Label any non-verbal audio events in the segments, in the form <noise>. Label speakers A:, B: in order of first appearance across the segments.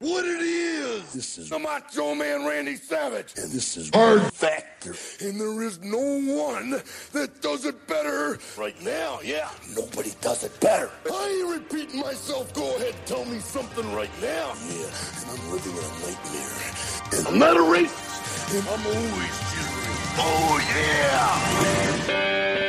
A: what it is.
B: This is-
A: the Macho Man Randy Savage,
B: And this is Hard Factor.
A: and there is no one that does it better right now. Yeah,
B: Nobody does it better.
A: I ain't repeating myself. Go ahead, tell me something right now.
B: Yeah, and I'm living in a nightmare.
A: And I'm not a racist. And I'm always cheering. Oh yeah.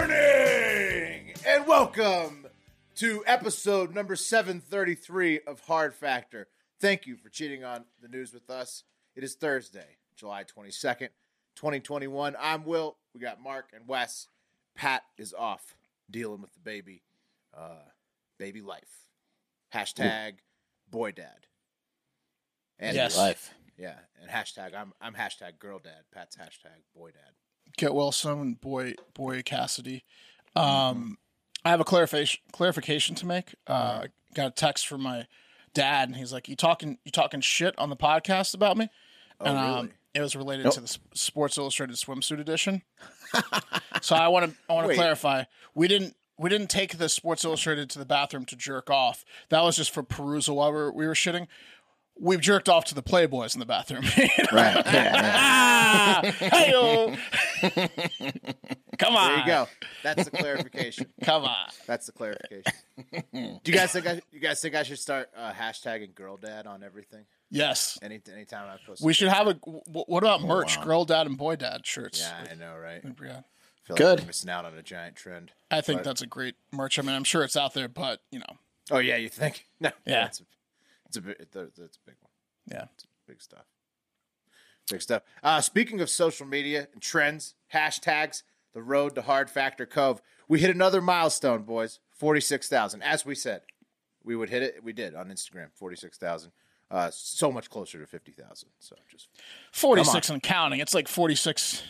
C: morning and welcome to episode number 733 of hard factor thank you for cheating on the news with us it is thursday july 22nd 2021 i'm will we got mark and wes pat is off dealing with the baby uh baby life hashtag boy dad and
D: Yes.
B: Life.
C: yeah and hashtag i'm i'm hashtag girl dad pat's hashtag boy dad
D: Get Wilson and boy boy Cassidy.
C: Mm-hmm.
D: Um, I have a clarification clarification to make. Uh, got a text from my dad, and he's like, "You talking you talking shit on the podcast about me?" and um,
C: Oh, really?
D: it was related to the S- Sports Illustrated
C: <laughs>
D: swimsuit edition. so I want to I want to
C: Wait.
D: clarify. We didn't we didn't take the Sports Illustrated to the bathroom to jerk off. That was just for perusal while we were, we were shitting. We've jerked off to the Playboys in the bathroom. <laughs>
C: right <laughs> yeah
D: Ah, hey-o. Come on.
C: There you
D: <laughs>
C: go. That's the clarification.
D: Come on.
C: That's the clarification. Do you guys think I, you guys think I should start uh, hashtagging girl dad on everything?
D: Yes.
C: Any anytime I post.
D: We should have a. wh- What about merch? Girl dad and boy dad shirts.
C: Oh, Yeah, I know, right? I
D: Yeah.
C: feel
E: Good.
C: Like we're missing out on a giant trend.
D: I think that's a great merch. I mean, I'm sure it's out there, but you know,
C: Oh yeah, you think? <laughs> No.
D: Yeah.
C: It's a, it's a bi- it's a it's a big one.
D: yeah.
C: Big stuff. Big stuff. Uh, speaking of social media and trends, hashtags, the road to Hard Factor Cove. We hit another milestone, boys. Forty-six thousand, as we said, we would hit it. We did on Instagram. Forty-six thousand. Uh, so much closer to fifty thousand. So just
D: 46 and counting. It's like 46.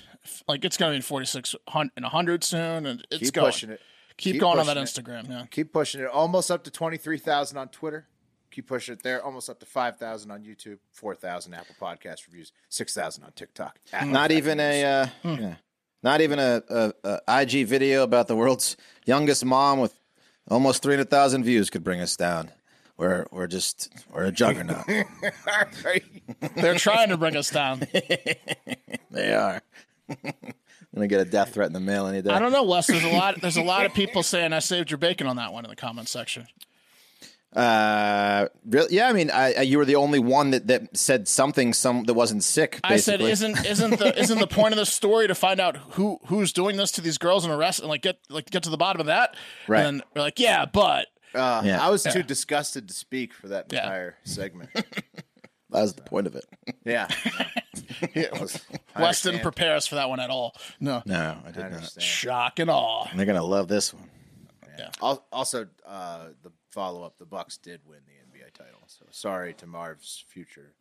D: Like it's going to be 46 hun- and 100 soon, and it's
C: keep
D: going.
C: pushing it.
D: Keep,
C: Keep
D: going on that
C: pushing it.
D: Instagram. Yeah.
C: Keep pushing it. Almost up to twenty-three thousand on Twitter. Keep pushing it there. Almost up to five thousand on YouTube. Four thousand Apple Podcast reviews. Six thousand on TikTok. At
E: Not
C: Hard
E: even
C: Factor <laughs>
E: a, uh,
D: Hmm.
E: yeah. not even a, a, a IG video about the world's youngest mom with almost three hundred thousand views could bring us down. We're we're just we're
D: <laughs>
E: a juggernaut.
C: News.
D: They're trying to bring us down.
C: <laughs>
E: they are. <laughs> Gonna get a death threat in the mail any day.
D: I don't know, Wes. There's a lot. There's a lot of people saying I saved your bacon on that one in the comment section.
E: Uh, really? Yeah, I mean, I, I, you were the only one that, that said something some that wasn't sick. Basically.
D: I said, isn't isn't
E: <laughs>
D: the isn't the point of the story to find out who who's doing this to these girls and arrest and like get like get to the bottom of that?
E: Right.
D: And then we're like, yeah, but
C: Uh,
E: Yeah.
C: I was too disgusted to speak for that
D: Yeah. <laughs>
C: entire segment.
E: that was the point of it.
C: Yeah.
D: Wes didn't
C: understand.
D: prepare us for that one at all. No,
E: No, I
C: I
E: did not.
C: understand.
D: shock and awe.
E: They're gonna love this one.
C: Al- Also, uh, the follow up, the Bucks did win the NBA title. So sorry to Marv's future.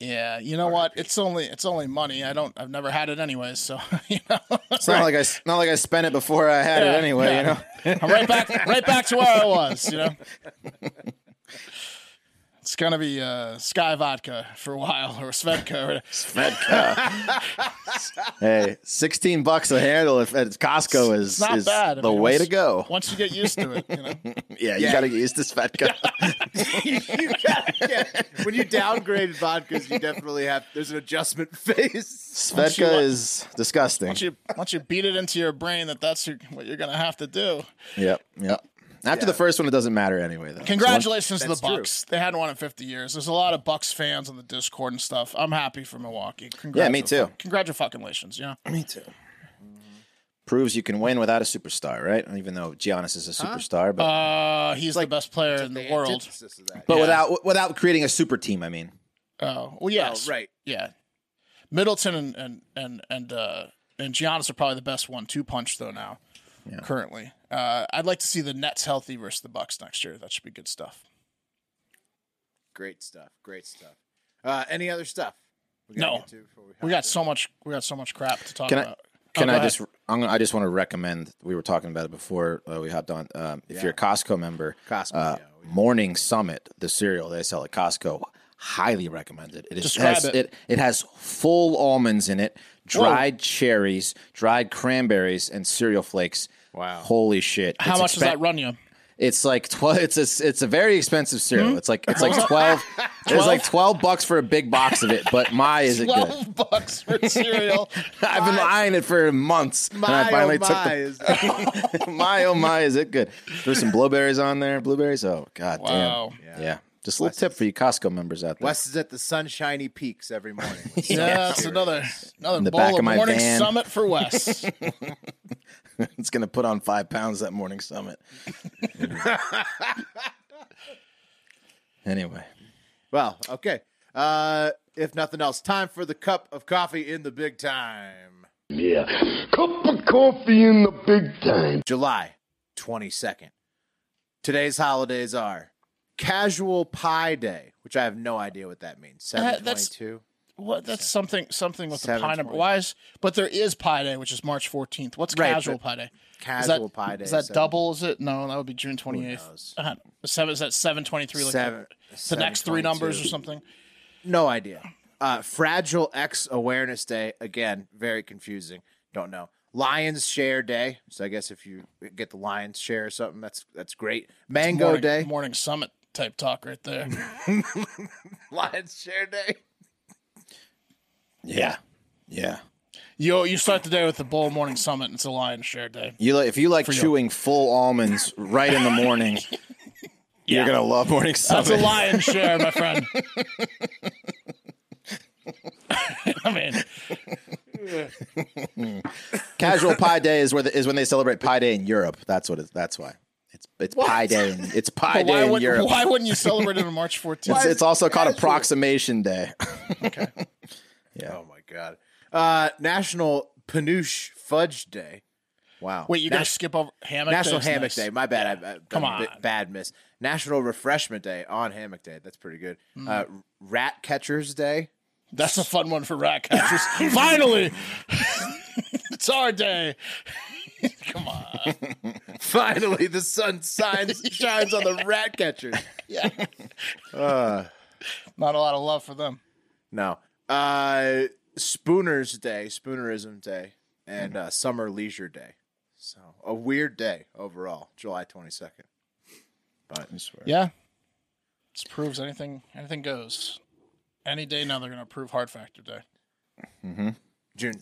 D: Yeah, you know what? It's only it's only money. I don't. I've never had it anyways. So <laughs> you know,
E: It's not like I s- not like I spent it before I had
D: Yeah,
E: it anyway.
D: yeah.
E: You know.
D: I'm right back right back to where I was. You know, it's gonna be uh, Sky Vodka for a while or Svedka. Or,
E: Hey, sixteen bucks a handle if at Costco is
D: not
E: is
D: bad. I
E: the
D: mean,
E: way to
D: once-
E: go.
D: Once you get used to it, you know.
E: Yeah, you gotta get used
D: <laughs>
E: to Svetka.
C: you gotta get, when you downgrade vodkas, you definitely have, there's an adjustment <laughs> phase.
D: you
E: Svetka
D: let-
E: is disgusting.
D: once you once you beat it into your brain that that's your, what you're gonna have to do.
E: Yep, yep. After the first one, it doesn't matter anyway. Though.
D: Congratulations to the
C: That's true.
D: Bucks. They hadn't won in 50 years. There's a lot of Bucks fans on the Discord and stuff. I'm happy for Milwaukee. Congrats
E: Yeah, me too.
C: <clears throat>
D: Congratulations. Yeah.
E: me too. Proves you can win without a superstar, right? Even though Giannis is a superstar, but
D: Uh, he's the best player in the world.
C: antithesis of that.
E: but
D: yeah.
E: without without creating a super team. I mean,
D: Oh, well, yes.
C: Oh, right.
D: Yeah. Middleton and and and and uh, and Giannis are probably the best one-two punch though now. Currently, uh, I'd like to see the Nets healthy versus the Bucks next year. That should be good stuff.
C: Great stuff. Great stuff. Uh, any other stuff? We gotta
D: No.
C: get to before
D: We
C: hop
D: got so much. We got so much crap to talk
E: can I
D: about. Oh,
E: Can
D: go
E: I
D: ahead.
E: just? I'm gonna, I just want to recommend. We were talking about it before uh, we hopped on. Um, if you're a Costco member,
C: Costco,
E: uh,
C: yeah,
E: Morning Summit, the cereal they sell at Costco, highly recommended. It, is, it
D: Describe
E: has
D: it.
E: it it has full almonds in it, dried cherries, dried cranberries, and cereal flakes.
C: Wow.
E: Holy shit!
D: How
E: It's
D: much does
E: expen-
D: that run you?
E: It's like twelve. It's a it's a very expensive cereal.
D: Hmm?
E: It's like
D: <laughs>
E: it's like twelve. It's like twelve bucks for a big box of it. But my is it good?
D: Twelve <laughs> bucks for cereal.
E: <laughs> I've been eyeing it for months, and
D: oh
E: I
C: Oh,
E: finally took
C: took the.
E: the <laughs> my oh my, is it good? There's some blueberries on there. Blueberries. Oh god
D: Wow.
E: damn. Yeah. Just a little tip for you Costco members out there.
C: Wes is at the sunshiny peaks every morning.
E: <laughs>
D: Yeah, that's another another
E: In the
D: bowl
E: back
D: of,
E: of my
D: morning
E: van.
D: summit for Wes.
E: <laughs> It's gonna put on five pounds that morning summit. <laughs> anyway,
C: well, okay. Uh, if nothing else, time for the cup of coffee in the big time.
B: Yeah. Cup of coffee in the big time.
C: July 22nd. Today's holidays are Casual Pie Day, which I have no idea what that means.
D: Uh, that's-
C: 722.
D: what? That's something something with the
C: Seven
D: pineapple.
C: twenty.
D: Why is? But there is Pi Day, which is March fourteenth. What's
C: Right,
D: casual
C: but
D: Pi Day? Is that-
C: Casual Pie Day.
D: Is that
C: seven-
D: double? Is it? No, that would be June twenty eighth.
C: knows?
D: Uh, seven is that seven twenty three? Like
C: Seven-
D: the next
C: 722.
D: three numbers or something.
C: No idea. Uh, Fragile X Awareness Day. Again, very confusing. Don't know. Lion's Share Day. So I guess if you get the lion's share or something, that's that's great. Mango
D: morning,
C: Day.
D: morning summit type talk right there.
C: <laughs> Lion's Share Day.
E: yeah, yeah.
D: Yo, you start the day with the bowl of morning summit. And it's a lion share day.
E: You like if you like chewing full almonds right in the morning, <laughs> you're gonna love morning summit.
D: That's a lion share, my <laughs> friend. I mean,
E: Casual Pie Day is where the, is when they celebrate Pie Day in Europe. That's what it's. That's why it's it's Pie Day. In, it's Pie
D: but why,
E: Day in
D: would,
E: Europe.
D: why wouldn't you celebrate it on March
E: It's,
D: 14th?
E: it's also called Approximation Day. <laughs>
C: Oh my god. Uh, National Panouche Fudge Day. Wow.
D: Wait, you got to
C: Nas-
D: skip over hammock
C: National
D: Day's
C: Hammock
D: nice.
C: Day. My bad. I, I, Come
D: on.
C: bad miss. National Refreshment Day on Hammock Day. That's pretty good.
D: Hmm.
C: Uh, Rat Catchers
D: <laughs>
C: Day.
D: That's a fun one for <laughs> rat catchers. Finally, <laughs> it's our day. Come on.
C: Finally, the sun
D: <laughs>
C: shines shines on the rat catchers.
D: Yeah. Not a lot of love for them.
C: No. Uh, Spooner's Day, Spoonerism Day,
D: Hmm.
C: and uh, Summer Leisure Day. So a weird day overall, July twenty second. But
D: Yeah. This proves anything anything goes. Any day now, they're going to approve Hard Factor Day.
C: June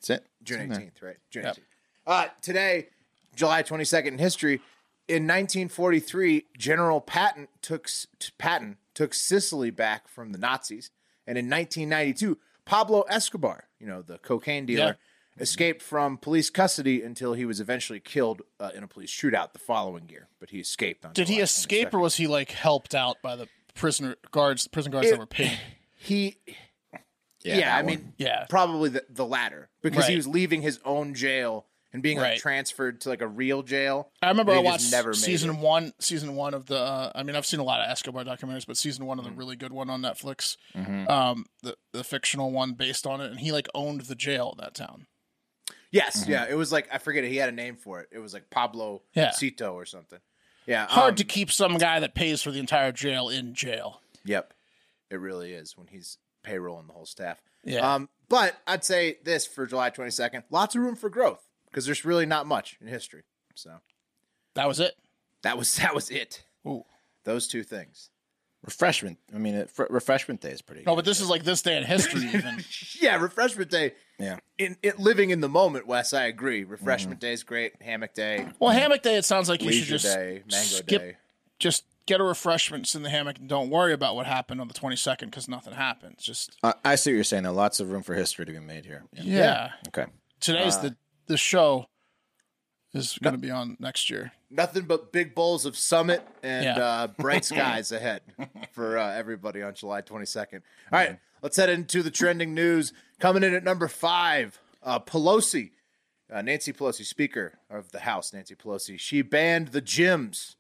E: it.
C: June
E: in there.
C: eighteenth, right? June
D: Yep.
C: eighteenth. Uh, today, July twenty second in history. In 1943, General Patton took S- t- Patton took Sicily back from the Nazis, and in 1992, Pablo Escobar, you know the cocaine dealer, escaped from police custody until he was eventually killed uh, in a police shootout the following year. But he escaped. On
D: Did he
C: July
D: escape
C: 22nd.
D: or was he like helped out by the prisoner guards, prison guards
C: It-
D: that
C: <clears throat>
D: were paid?
C: He yeah, I
E: that one.
C: mean,
D: Yeah.
C: probably the, the latter because he
D: Right.
C: was leaving his own jail and being like
D: Right.
C: transferred to like a real jail.
D: I remember I
C: and he
D: watched
C: just never made
D: season
C: it.
D: one, season one of the. Uh, I mean, I've seen a lot of Escobar documentaries, but season one of
C: Mm-hmm.
D: the really good one on Netflix, um, the the fictional one based on it, and he like owned the jail in that town.
C: Yes, yeah, it was like I forget it. He had a name for it. It was like Pablo
D: Yeah.
C: Cito or something. Yeah,
D: Hard
C: um,
D: to keep some guy that pays for the entire jail in jail.
C: Yep, it really is when he's payrolling the whole staff.
D: Yeah.
C: Um, but I'd say this for July twenty second. Lots of room for growth because there's really not much in history. So
D: That was it.
C: that was <laughs> that was it.
D: Ooh.
C: Those two things.
E: refreshment. I mean, it, fr- refreshment day is pretty.
D: No,
E: good.
D: but this is like this day
C: <laughs>
D: in history. Even
C: Yeah, refreshment day.
E: Yeah.
C: In it, living in the moment, Wes. I agree. Refreshment day is great. Hammock day,
D: well, hammock day. It sounds like Mm-hmm. you should
C: leisure
D: just
C: day, mango
D: skip,
C: day.
D: just get a refreshments in the hammock and don't worry about what happened on the twenty second because nothing happened. Just
E: I, I see what you're saying. Though lots of room for history to be made here. Yeah.
D: yeah.
E: Okay.
D: Today's the the show is going to be on next year.
C: Nothing but big bowls of summit and
D: <laughs> Yeah.
C: uh, bright skies ahead for uh, everybody on July 22nd. All right,
D: Mm-hmm.
C: let's head into the trending news. Coming in at number five, uh, Pelosi, uh, Nancy Pelosi, Speaker of the House, Nancy Pelosi, she banned the gyms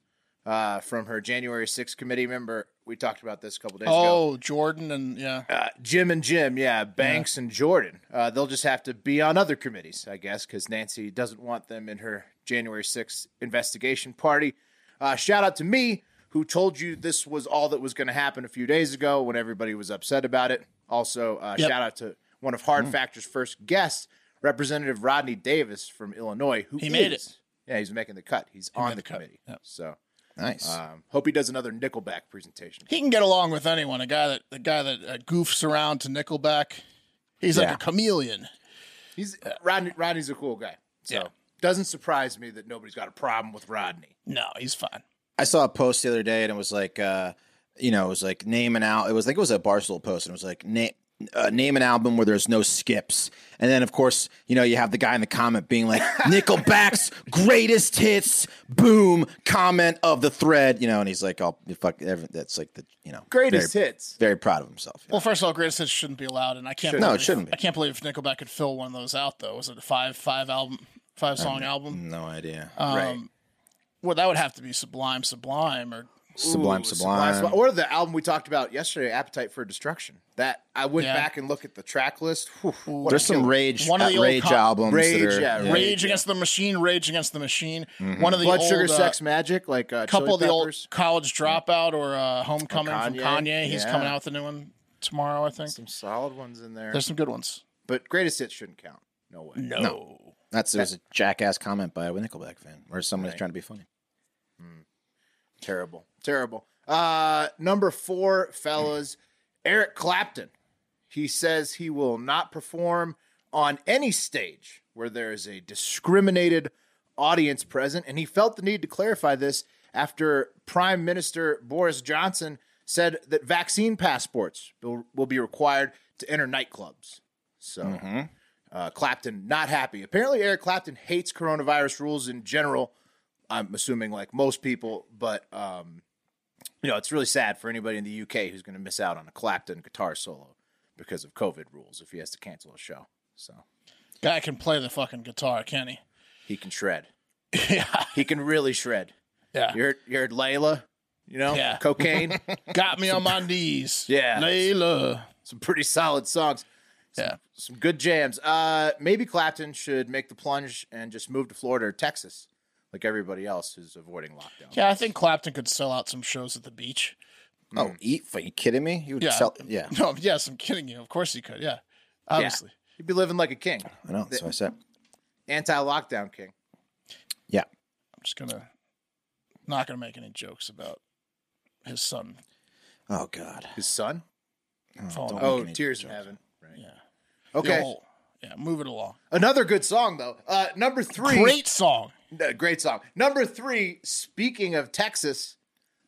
C: uh, from her January 6th committee member We talked about this a couple days ago.
D: Oh, Jordan and yeah.
C: Uh, Jim and Jim, yeah, Banks and Jordan. Uh, they'll just have to be on other committees, I guess, because Nancy doesn't want them in her January 6th investigation party. Uh, shout out to me, who told you this was all that was going to happen a few days ago when everybody was upset about it. Also, uh,
D: Yep. Mm.
C: shout out to one of Hard Factor's first guests, Representative Rodney Davis from Illinois, who
D: He made
C: is- Yeah, he's making the cut. He's on the,
D: the cut.
C: committee.
D: Yep.
C: So,
E: Nice.
C: um, hope he does another Nickelback presentation.
D: He can get along with anyone. A guy that the guy that uh, goofs around to Nickelback. He's
E: Yeah.
D: like a chameleon.
C: He's Rodney. Rodney's a cool guy, so
D: Uh, Yeah.
C: doesn't surprise me that nobody's got a problem with Rodney.
D: No, he's fine.
E: I saw a post the other day, and it was like, uh, you know, it was like naming out. It was like it was a Barstool post, and it was like name. Uh, name an album where there's no skips, and then of course you know you have the guy in the comment being like Nickelback's greatest hits, boom comment of the thread, you know, and he's like, "Oh fuck, every, that's like the you know
C: Greatest
E: very,
C: hits.
E: very proud of himself."
D: Well, first of all, greatest hits shouldn't be allowed, and I can't.
E: No, it
D: believe-
E: shouldn't be.
D: I can't believe Nickelback could fill one of those out though. Was it a five five album five song album?
E: No idea.
C: right.
D: Well, that would have to be Sublime, Sublime, or
E: Sublime,
C: Ooh,
E: Sublime.
C: Sublime. Or the album we talked about yesterday, Appetite for Destruction. That I went
D: Yeah.
C: back and looked at the track list. Whew, what a
E: There's some
C: killer.
E: rage, uh,
D: One of the old
E: rage
D: co-
E: albums.
C: Rage,
E: that are,
C: yeah, Rage.
D: Rage Against the Machine, Rage Against the Machine. One of the
C: Blood
D: old,
C: Sugar
D: uh,
C: Sex Magic, like uh, a
D: couple of the old college dropout or uh, homecoming
C: Kanye.
D: from Kanye. He's
C: Yeah.
D: coming out with a new one tomorrow, I think.
C: Some solid ones in there,
D: There's some good ones.
C: but greatest hits shouldn't count. No way.
D: No.
E: That's it was a jackass comment by a Nickelback fan, or somebody's trying to be funny.
C: Terrible. Terrible. Uh, number four, fellas, Eric Clapton. He says he will not perform on any stage where there is a discriminated audience present. And he felt the need to clarify this after Prime Minister Boris Johnson said that vaccine passports will, will be required to enter nightclubs. So uh, Clapton not happy. Apparently, Eric Clapton hates coronavirus rules in general. I'm assuming like most people, but um, you know, it's really sad for anybody in the UK who's going to miss out on a Clapton guitar solo because of COVID rules if he has to cancel a show. So
D: Guy can play the fucking guitar,
C: <laughs>
D: can he?
C: he can shred.
D: yeah.
C: He can really shred.
D: Yeah.
C: You heard, you heard Layla, you know,
D: Yeah. <laughs>
C: cocaine.
D: Got me on my knees.
C: <laughs> Yeah.
D: Layla.
C: Some pretty solid songs.
D: Yeah.
C: some good jams. Uh, maybe Clapton should make the plunge and just move to Florida or Texas, like everybody else who's avoiding lockdown.
D: Yeah, I think Clapton could sell out some shows at the beach. <laughs>
E: Oh, eat? Are you kidding me? You would
D: Mm. Yeah.
E: sell? Yeah,
D: No, yes, I'm kidding you. Of course he could. Yeah. Obviously.
C: he'd be living like a king,
E: I know. That's what I said.
C: anti-lockdown king.
E: Yeah,
D: I'm just going to not going to make any jokes about his son
E: Oh God.
C: His son?
D: falling.
E: don't-
C: Oh,
E: Making any
C: tears in heaven. Right.
D: the
C: Okay.
D: whole- Yeah, move it along.
C: Another good song though. Uh, number three.
D: Great song.
C: Uh, great song. Number three. Speaking of Texas,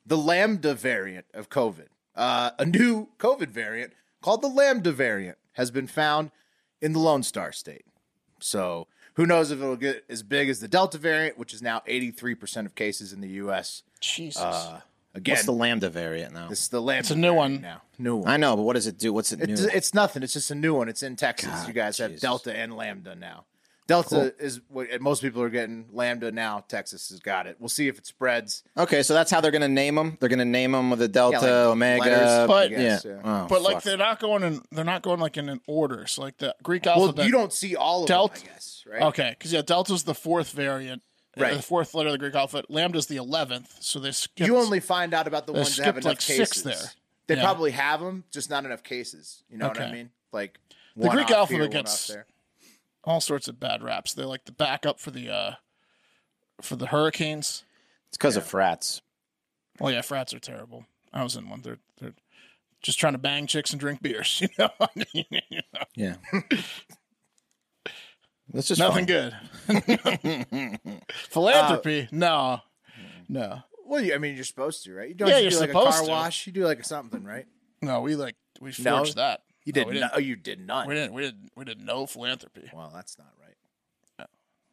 C: the lambda variant of COVID. Uh, a new COVID variant called the lambda variant has been found in the Lone Star State. So who knows if it'll get as big as the Delta variant, which is now 83% of cases in the U.S.
D: Jesus.
C: Uh, again,
E: What's the lambda variant now?
C: this is the lambda.
D: It's a new one.
C: now. New one.
E: I know, but what does it do? What's it,
C: It's,
E: new?
C: it's nothing. It's just a new one. It's in Texas. you guys have
E: Jesus.
C: Delta and Lambda now. Delta is what most people are getting. Lambda now. Texas has got it. We'll see if it spreads.
E: okay, so that's how they're gonna name them. They're gonna name them with a delta,
C: Yeah, like
E: omega.
C: letters,
D: But-
C: I guess,
E: yeah.
C: yeah.
E: Oh,
D: but like
E: fuck.
D: they're not going in they're not going like in an order. So like the Greek
C: Well,
D: alphabet.
C: you don't see all of
D: Delta-
C: them, I guess, right?
D: Okay, because yeah, delta's the fourth variant, uh,
C: Right.
D: The fourth letter of the Greek alphabet. Lambda's the eleventh, so they skipped.
C: You only find out about the
D: They
C: ones that have
D: skipped,
C: enough
D: like,
C: cases.
D: six there.
C: They
D: Yeah.
C: probably have them, just not enough cases. You know what I
D: Okay.
C: mean? Like
D: The
C: one
D: Greek
C: off
D: alphabet
C: here, one
D: gets-
C: off there.
D: all sorts of bad raps. They're like the backup for the uh for the hurricanes.
E: it's because of frats.
D: Well, yeah, frats are terrible. I was in one. They're they're just trying to bang chicks and drink beers. <laughs> You know, <laughs>
E: Yeah. That's just
D: nothing
E: fine.
D: good. <laughs> Philanthropy?
C: Uh,
D: no, no,
C: Well, you, I mean, you're supposed to, right? You don't
D: Yeah,
C: have to
D: you're
C: do like a
D: supposed
C: car
D: to.
C: wash. You do like something, right?
D: no. We like we
C: No.
D: forged that.
C: You
D: No,
C: did.
D: we
C: No,
D: didn't.
C: you did not.
D: <laughs> We didn't. We didn't. We did no philanthropy. <laughs>
C: Well, that's not right.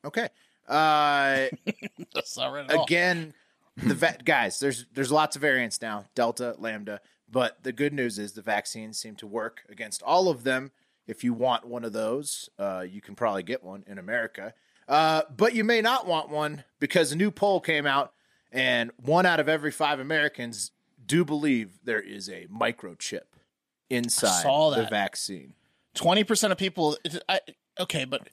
C: Okay. Uh,
D: That's not right at all.
C: again, the va- guys, there's there's lots of variants now, Delta, Lambda, but the good news is the vaccines seem to work against all of them. If you want one of those, uh, you can probably get one in America. Uh, but you may not want one because a new poll came out, and one out of every five Americans do believe there is a microchip inside
D: saw
C: the
D: that.
C: vaccine.
D: Twenty percent of people. it- I, okay, but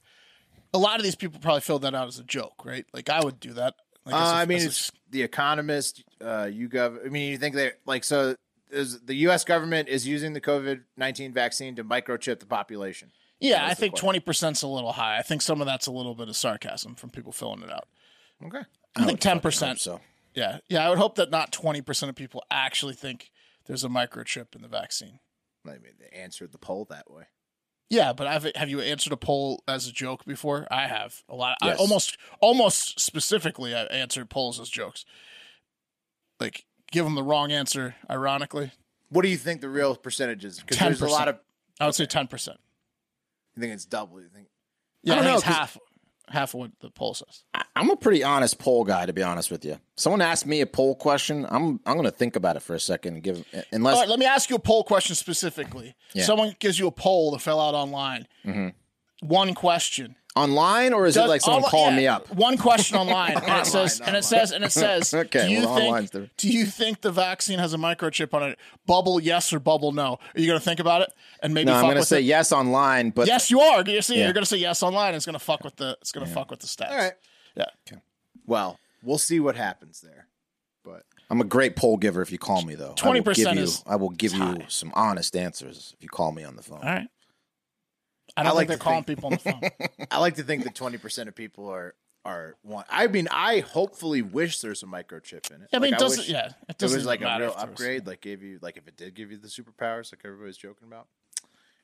D: a lot of these people probably filled that out as a joke, right? Like I would do that. Like,
C: Uh,
D: as a-
C: I mean,
D: as a-
C: it's the Economist, uh, YouGov. I mean, you think they like so? Is the U.S. government is using the COVID nineteen vaccine to microchip the population?
D: yeah. I
C: was the
D: think
C: question.
D: twenty percent's a little high. I think some of that's a little bit of sarcasm from people filling it out.
C: Okay.
D: I, think ten percent.
E: So
D: Yeah, yeah. I would hope that not twenty percent of people actually think there's a microchip in the vaccine.
C: I mean, they answered the poll that way.
D: Yeah, but I've, have you answered a poll as a joke before? I have a lot. I
E: Yes.
D: almost, almost specifically, I answered polls as jokes. Like give them the wrong answer. Ironically,
C: What do you think the real percentage is? Because there's a
D: 10%.
C: lot of.
D: I would say ten percent.
C: You think it's double? You think?
D: Yeah, I,
E: don't
D: think
E: know,
D: it's
E: 'cause-
D: half, half of what the poll says.
E: I- I'm a pretty honest poll guy, to be honest with you. Someone asked me a poll question. I'm I'm going to think about it for a second. And give unless
D: All right, let me ask you a poll question specifically. Someone gives you a poll to fill out online.
E: Mm-hmm.
D: One question.
E: online or is it
D: Does-
E: like someone
D: onli-
E: calling
D: yeah,
E: me up?
D: One question online, and it says, and it says, and it says,
E: Okay,
D: do you
E: well, online's
D: think,
E: different.
D: do you think the vaccine has a microchip on it? Bubble yes or bubble no? Are you going to think about it and maybe?
E: No,
D: fuck
E: I'm going to
D: with
E: say
D: it?
E: yes online, but
D: Yes, you are. You're,
E: Yeah.
D: you're going to say yes online. It's going to fuck with the. It's going to fuck with the stats.
C: All right.
D: Yeah.
C: Well, we'll see what happens there. But <laughs>
E: I'm a great poll giver if you call me though.
D: 20%
E: I will give you,
D: is-
E: I will give you some honest answers if you call me on the phone.
D: All right. I don't
C: I
D: think
C: like
D: they're
C: to
D: calling people on the phone.
C: I like to think that twenty percent of people are are want. I mean, I hopefully wish there's a microchip in it.
D: I
C: Like,
D: mean, it doesn't.
C: wish
D: yeah, it
C: it
D: doesn't.
C: was like a
D: matter
C: real
D: if there was-
C: upgrade. Like gave you like if it did give you the superpowers, like everybody's joking about.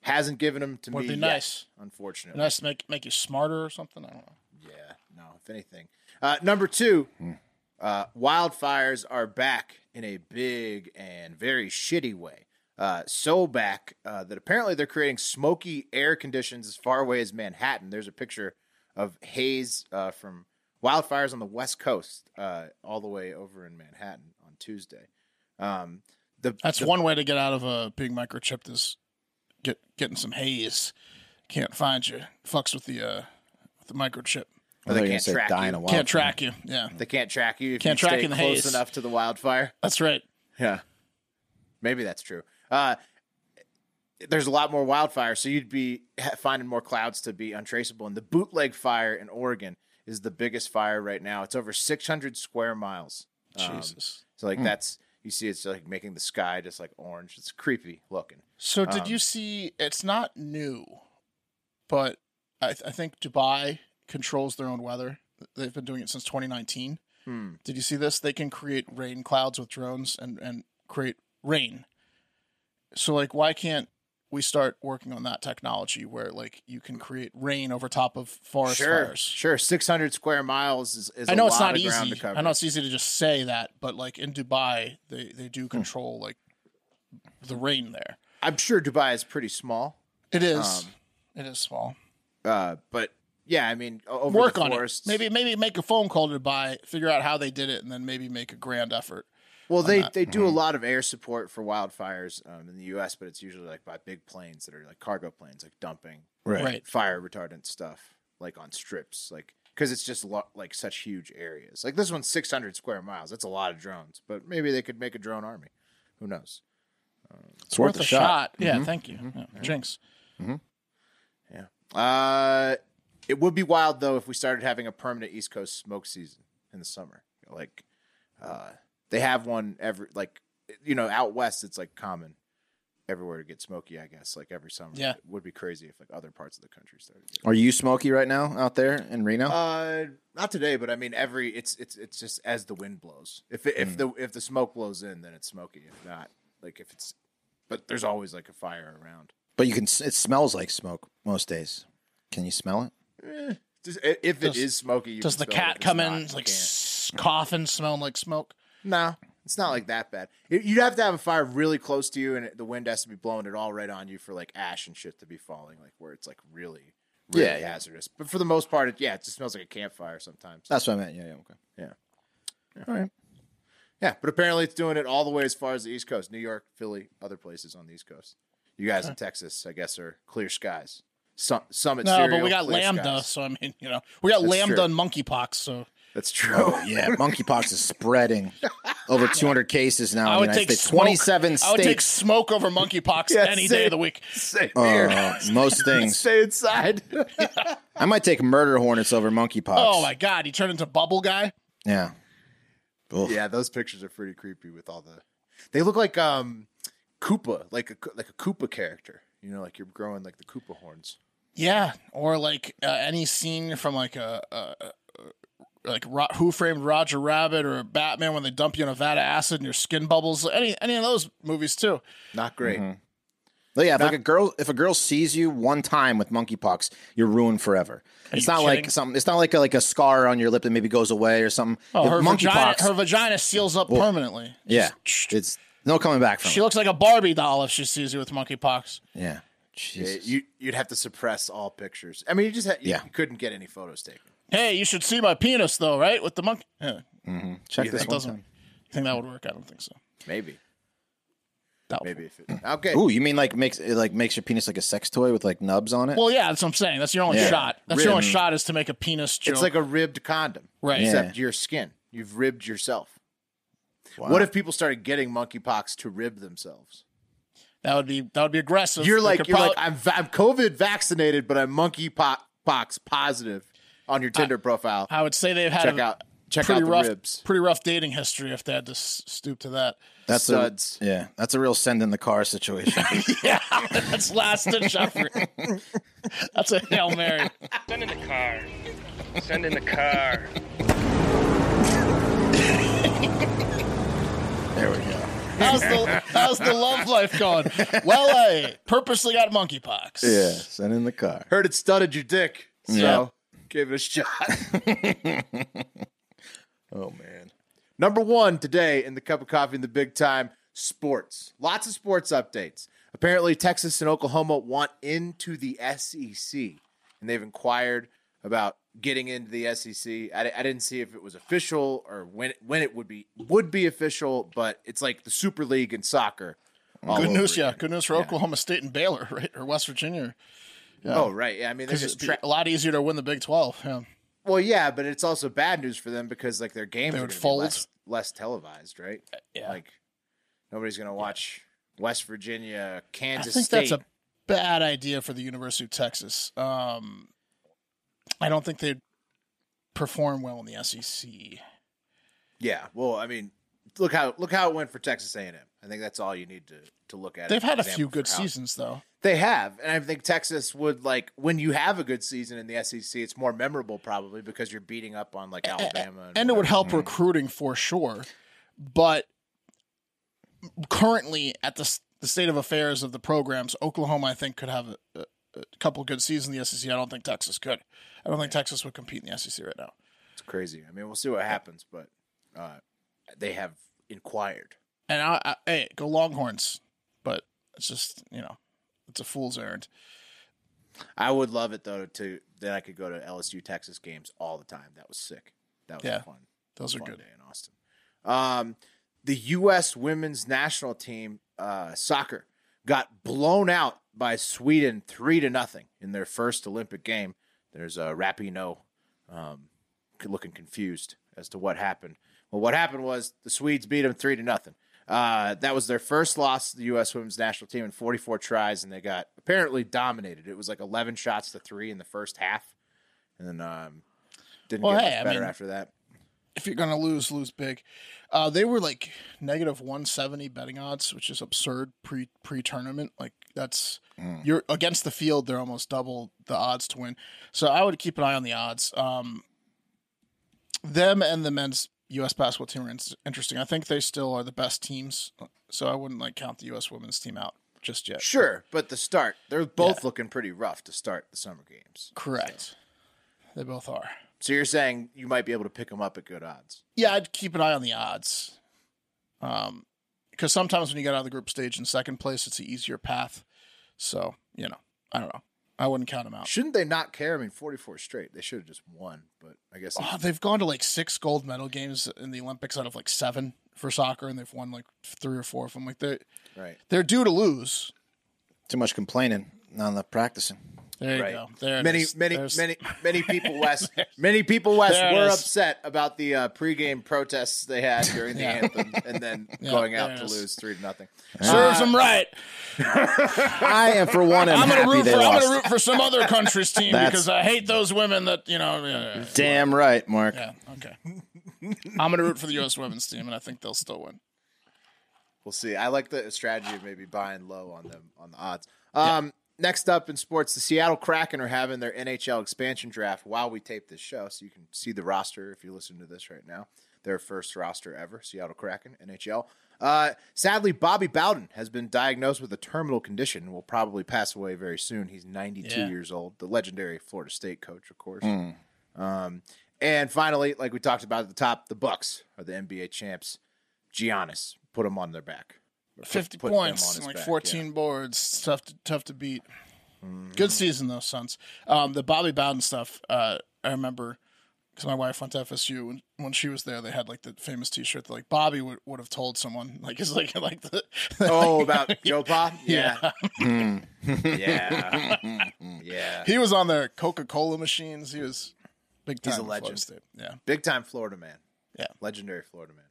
C: Hasn't given them to
D: Would
C: me
D: be
C: yet,
D: nice.
C: unfortunately.
D: Nice to make make you smarter or something. I don't know.
C: Yeah, no, if anything. Uh, number two, uh, wildfires are back in a big and very shitty way. Uh, so back uh, that apparently they're creating smoky air conditions as far away as Manhattan. There's a picture of haze uh, from wildfires on the West Coast, uh, all the way over in Manhattan on Tuesday. Um, the,
D: That's
C: the-
D: one way to get out of a big microchip is get getting some haze. Can't find you. Fucks with the uh with the microchip.
E: I thought you were
C: They
E: gonna
C: can't
E: say
C: track
E: die
C: you.
E: in a wild
D: Can't track you. Yeah.
C: They can't track you if
D: Can't
C: you
D: track
C: stay
D: in the
C: close
D: haze.
C: enough to the wildfire.
D: That's right.
C: Yeah. Maybe that's true. Uh, there's a lot more wildfires, so you'd be ha- finding more clouds to be untraceable. And the bootleg fire in Oregon is the biggest fire right now. It's over 600 square miles. Um,
D: Jesus.
C: so, like, that's, you see, it's like making the sky just like orange. It's creepy looking.
D: So did
C: um,
D: you see it's not new, but I, th- I think Dubai controls their own weather. They've been doing it since 2019.
C: Hmm.
D: Did you see this? They can create rain clouds with drones and and create rain. So like why can't we start working on that technology where like you can create rain over top of forest
C: Sure.
D: fires?
C: Sure. 600 square miles is, is
D: I know
C: a
D: it's
C: lot
D: not
C: of ground
D: easy.
C: to cover.
D: I know it's easy to just say that, but like in Dubai, they they
C: Hmm.
D: do control like the rain there.
C: I'm sure Dubai is pretty small.
D: It is.
C: Um,
D: it is small.
C: Uh, but yeah, I mean, o- over
D: Work
C: the
D: on it.
C: forests,
D: Maybe maybe make a phone call to Dubai, figure out how they did it, and then maybe make a grand effort.
C: Well, they, they do a lot of air support for wildfires um, in the U.S., but it's usually like by big planes that are like cargo planes, like dumping
E: Right.
D: Right.
C: fire retardant stuff, like on strips, like because it's just lo- like such huge areas. Like this one's 600 square miles. That's a lot of drones, but maybe they could make a drone army. Who knows?
E: It's worth, a shot. Mm-hmm.
D: Yeah, thank you. Yeah, Jinx.
C: Yeah. Uh, it would be wild though if we started having a permanent East Coast smoke season in the summer. Like, uh, they have one every like, you know, out west it's like common everywhere to get smoky. I guess like every summer.
D: Yeah.
C: it would be crazy if like other parts of the country started. doing
E: Are you smoky right now out there in Reno?
C: it. Uh, not today, but I mean every it's it's it's just as the wind blows. If it,
D: Mm.
C: if the if the smoke blows in, then it's smoky. If not, like if it's, but there's always like a fire around.
E: but you can. s- It smells like smoke most days. Can you smell it?
C: Just, i- if it is
D: Does-
C: smoky, you
D: Does
C: can
D: the
C: smell it. If
D: cat
C: it's
D: come
C: not,
D: in
C: you
D: like
C: can't.
D: s- coughing, smelling like smoke?
C: No, it's not like that bad. It- You'd have to have a fire really close to you, and it- the wind has to be blowing it all right on you for like ash and shit to be falling, like where it's like really, really
E: Yeah, yeah.
C: hazardous. But for the most part, it, yeah, it just smells like a campfire sometimes.
D: Uh,
E: That's what I meant. Yeah. Yeah. Okay.
C: Yeah.
E: All right.
C: Yeah, but apparently it's doing it all the way as far as the East Coast, New York, Philly, other places on the East Coast. You guys in Texas, I guess, are clear skies. Some, summit
D: No,
C: cereal,
D: but we got
C: clear
D: lambda,
C: skies.
D: so I mean, you know, we got
C: That's
D: lambda
C: true.
D: and monkeypox, so
E: Oh,
D: <laughs>
C: That's true. <laughs>
E: Yeah. Monkeypox is spreading over 200 cases now
D: I
E: in the
D: would
E: United
D: take
E: States.
D: smoke.
E: 27
D: I would take
E: states.
D: smoke over
E: <laughs>
D: monkeypox
C: Yeah,
D: any
C: same.
D: day of the week.
C: Same <laughs>
D: <laughs>
E: Uh, most things.
C: Stay inside. <laughs>
E: I might take murder hornets over monkeypox.
D: Oh my god, he turned into bubble guy.
E: Yeah. Oof.
C: yeah, those pictures are pretty creepy with all the. They look like um, Koopa, like a like a Koopa character. You know, like you're growing like the Koopa horns.
D: Yeah, or like uh, any scene from like a, a, a like Ro- Who Framed Roger Rabbit or Batman when they dump you in a vat of acid and your skin bubbles. Any any of those movies too.
C: Not great.
E: Mm-hmm.
C: Eh,
E: But Oh, yeah, if like a girl, if a girl sees you one time with monkeypox, you're ruined forever. It's
D: you
E: not
D: kidding?
E: like something. It's not like a, like a scar on your lip that maybe goes away or something.
D: Oh,
E: If
D: her vagina,
E: monkeypox,
D: her vagina seals up permanently.
E: yeah,
D: Just-
E: it's no coming back from.
D: She
E: it.
D: looks like a Barbie doll if she sees you with monkeypox.
E: Yeah,
C: Yeah,
E: Jesus.
C: you you'd have to suppress all pictures. I mean, you just had, you,
E: Yeah.
C: couldn't get any photos taken.
D: Hey, you should see my penis though, right? With the monkey. Yeah,
E: Check
C: you
E: this
C: think-
E: one
D: doesn't
E: time.
D: I think that would work. I don't think so.
C: Maybe,
D: Doubtful.
C: maybe if it, okay.
E: Mm. Ooh, you mean like makes it like makes your penis like a sex toy with like nubs on it?
D: Well, yeah, that's what I'm saying. That's your only
E: Yeah.
D: shot. That's your only
E: Rim.
D: shot is to make a penis joke.
C: It's like a ribbed condom,
D: Right.
C: Except your skin. You've ribbed yourself.
E: Wow.
C: What if people started getting monkeypox to rib themselves?
D: that would be that would be aggressive.
C: You're
D: They
C: like
D: could
C: you're
D: probably-
C: like I'm va- I'm COVID vaccinated, but I'm monkeypox positive on your Tinder profile.
D: I would say they've had
C: check
D: Uh, a
C: out check out
D: pretty
C: the
D: rough
C: ribs.
D: pretty rough dating history if they had to s- stoop to that.
E: That's
C: Suds.
E: a yeah. That's a real send in the
D: <laughs>
E: car situation.
D: yeah, that's last ditch
C: <laughs>
D: effort. that's a hail mary.
F: Send in the car. Send in the car.
E: there we go.
D: How's the how's the love life going? Well, I purposely got monkeypox.
E: Yeah, send in the car.
C: Heard it studded your dick, so
E: Yeah.
C: give it a shot. <laughs>
E: Oh man.
C: Number one today in the cup of coffee in the big time sports. Lots of sports updates. Apparently, Texas and Oklahoma want into the SEC, and they've inquired about getting into the SEC. I, I didn't see if it was official or when when it would be would be official, but it's like the Super League in soccer. all
D: Good
C: over
D: news,
C: again.
D: yeah. Good news for Oklahoma State and Baylor, right, or West Virginia,
C: Oh, right. Yeah, I mean, they're
D: because it's
C: just tra-
D: a lot easier to win the Big Twelve. Yeah.
C: well, yeah, but it's also bad news for them because like their games
D: They
C: are
D: would
C: gonna be
D: fold.
C: less, less televised, right?
D: yeah.
C: like nobody's gonna watch West Virginia,
D: I
C: Kansas
D: think
C: State.
D: that's a bad idea for the University of Texas. Um, I don't think they'd perform well in the E SEC.
C: yeah, well, I mean, look how look how it went for Texas A and M. I think that's all you need to to look at.
D: They've
C: as an
D: had a
C: example
D: few
C: for
D: good
C: how-
D: seasons though.
C: They have, and I think Texas would like when you have a good season in the SEC, it's more memorable probably because you're beating up on like Alabama,
D: and it would
C: whatever.
D: help recruiting for sure. But currently, at the s- the state of affairs of the programs, Oklahoma I think could have a, a, a couple good seasons in the SEC. I don't think Texas could. I don't think Texas would compete in the SEC right now.
C: It's crazy. I mean, we'll see what happens, but uh, they have inquired.
D: And I, I hey, go Longhorns, but it's just you know, it's a fool's errand.
C: I would love it though to that I could go to LSU Texas games all the time. That was sick. That was
D: Yeah.
C: fun.
D: Those are
C: fun
D: good.
C: day in Austin. Um, the U.S. women's national team uh, soccer got blown out by Sweden three to nothing in their first Olympic game. There's a uh, Rapinoe um, looking confused as to what happened. Well, what happened was the Swedes beat them three to nothing. Uh, that was their first loss to the U.S. women's national team in 44 tries, and they got apparently dominated. It was like 11 shots to three in the first half, and then um, didn't
D: Well,
C: get
D: hey,
C: much
D: I
C: better
D: mean,
C: after that.
D: if you're gonna lose, lose big. Uh, they were like negative 170 betting odds, which is absurd pre pre tournament. Like that's you're against the field; they're almost double the odds to win. So I would keep an eye on the odds. Um, them and the men's U.S. basketball team are in- interesting. I think they still are the best teams, so I wouldn't like count the U.S. women's team out just yet.
C: Sure, but the start, they're both looking pretty rough to start the summer games.
D: Correct. They both are.
C: So you're saying you might be able to pick them up at good odds.
D: yeah, I'd keep an eye on the odds. Um, because sometimes when you get out of the group stage in second place, it's an easier path. So you know, I don't know. I wouldn't count them out.
C: Shouldn't they not care? I mean, 44 straight. They should have just won, but I guess
D: Oh, they've gone to like six gold medal games in the Olympics out of like seven for soccer, and they've won like three or four of them. Like they
C: right.
D: they're due to lose.
E: Too much complaining, not enough practicing.
D: There you
E: Right.
D: go. There it
C: Many,
D: is.
C: many,
D: There's-
C: many, many people
D: <laughs>
C: west, many people west
D: There it
C: were
D: is.
C: upset about the uh, pregame protests they had during the
D: <laughs> Yeah.
C: anthem, and
D: <laughs>
C: then going
D: there
C: out
D: it
C: to
D: is.
C: lose three to nothing.
D: Serves them right.
E: I am for one. Ah. I'm,
D: I'm gonna
E: happy
D: root
E: they
D: for. I'm
E: lost.
D: gonna root for some other country's team
E: That's-
D: because I hate those women that you know. yeah, yeah,
E: Damn right, Mark.
D: yeah,
E: <laughs>
D: okay. I'm gonna root for the U.S. women's team, and I think they'll still win.
C: We'll see. I like the strategy of maybe buying low on them on the odds. Um, Next up in sports, the Seattle Kraken are having their NHL expansion draft while we tape this show, so you can see the roster if you listen to this right now. Their first roster ever, Seattle Kraken NHL. Uh, sadly, Bobby Bowden has been diagnosed with a terminal condition and will probably pass away very soon. He's 92
D: Yeah.
C: years old, the legendary Florida State coach, of course. Um, and finally, like we talked about at the top, the Bucks are the NBA champs. Giannis put them on their back.
D: Fifty
C: put them on
D: points,
C: his
D: and like
C: back,
D: fourteen boards. It's Tough, to, tough to beat.
C: Mm-hmm.
D: Good season though, Suns. Um, the Bobby Bowden stuff. Uh, I remember because my wife went to FSU and when she was there, they had like the famous T-shirt that like Bobby would, would have told someone <laughs> like it's like like the
C: <laughs> Oh, about Joe Pa? Yeah.
D: <laughs> yeah.
C: Yeah.
D: <laughs>
C: yeah.
D: He was on the Coca Cola machines. He was big time.
C: He's a
D: at Florida
C: legend.
D: State. Yeah.
C: Big time Florida man.
D: Yeah.
C: Legendary Florida man.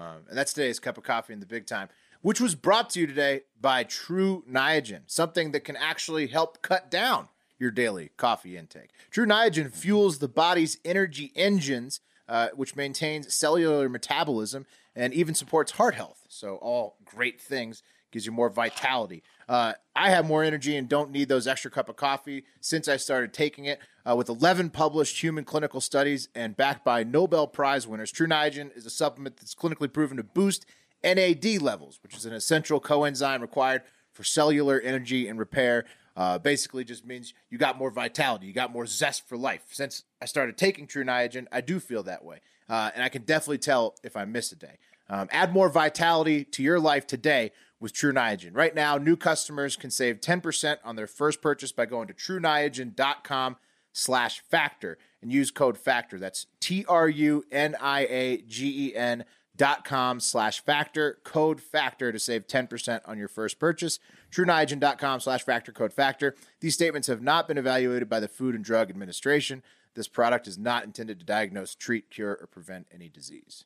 C: Um, and that's today's cup of coffee in the big time, which was brought to you today by True Niagen, something that can actually help cut down your daily coffee intake. True Niagen fuels the body's energy engines, uh, which maintains cellular metabolism and even supports heart health. So, all great things. Gives you more vitality. Uh, I have more energy and don't need those extra cup of coffee since I started taking it. Uh, with 11 published human clinical studies and backed by Nobel Prize winners, True Niagen is a supplement that's clinically proven to boost NAD levels, which is an essential coenzyme required for cellular energy and repair. Uh, basically, just means you got more vitality, you got more zest for life. Since I started taking True Niagen, I do feel that way, uh, and I can definitely tell if I miss a day. Um, add more vitality to your life today with True Niagen. Right now, new customers can save 10% on their first purchase by going to trueniagen.com slash factor and use code factor. That's T R U N I A G E N dot com slash factor code factor to save 10% on your first purchase trueniagen.com slash factor code factor these statements have not been evaluated by the food and drug administration this product is not intended to diagnose treat cure or prevent any disease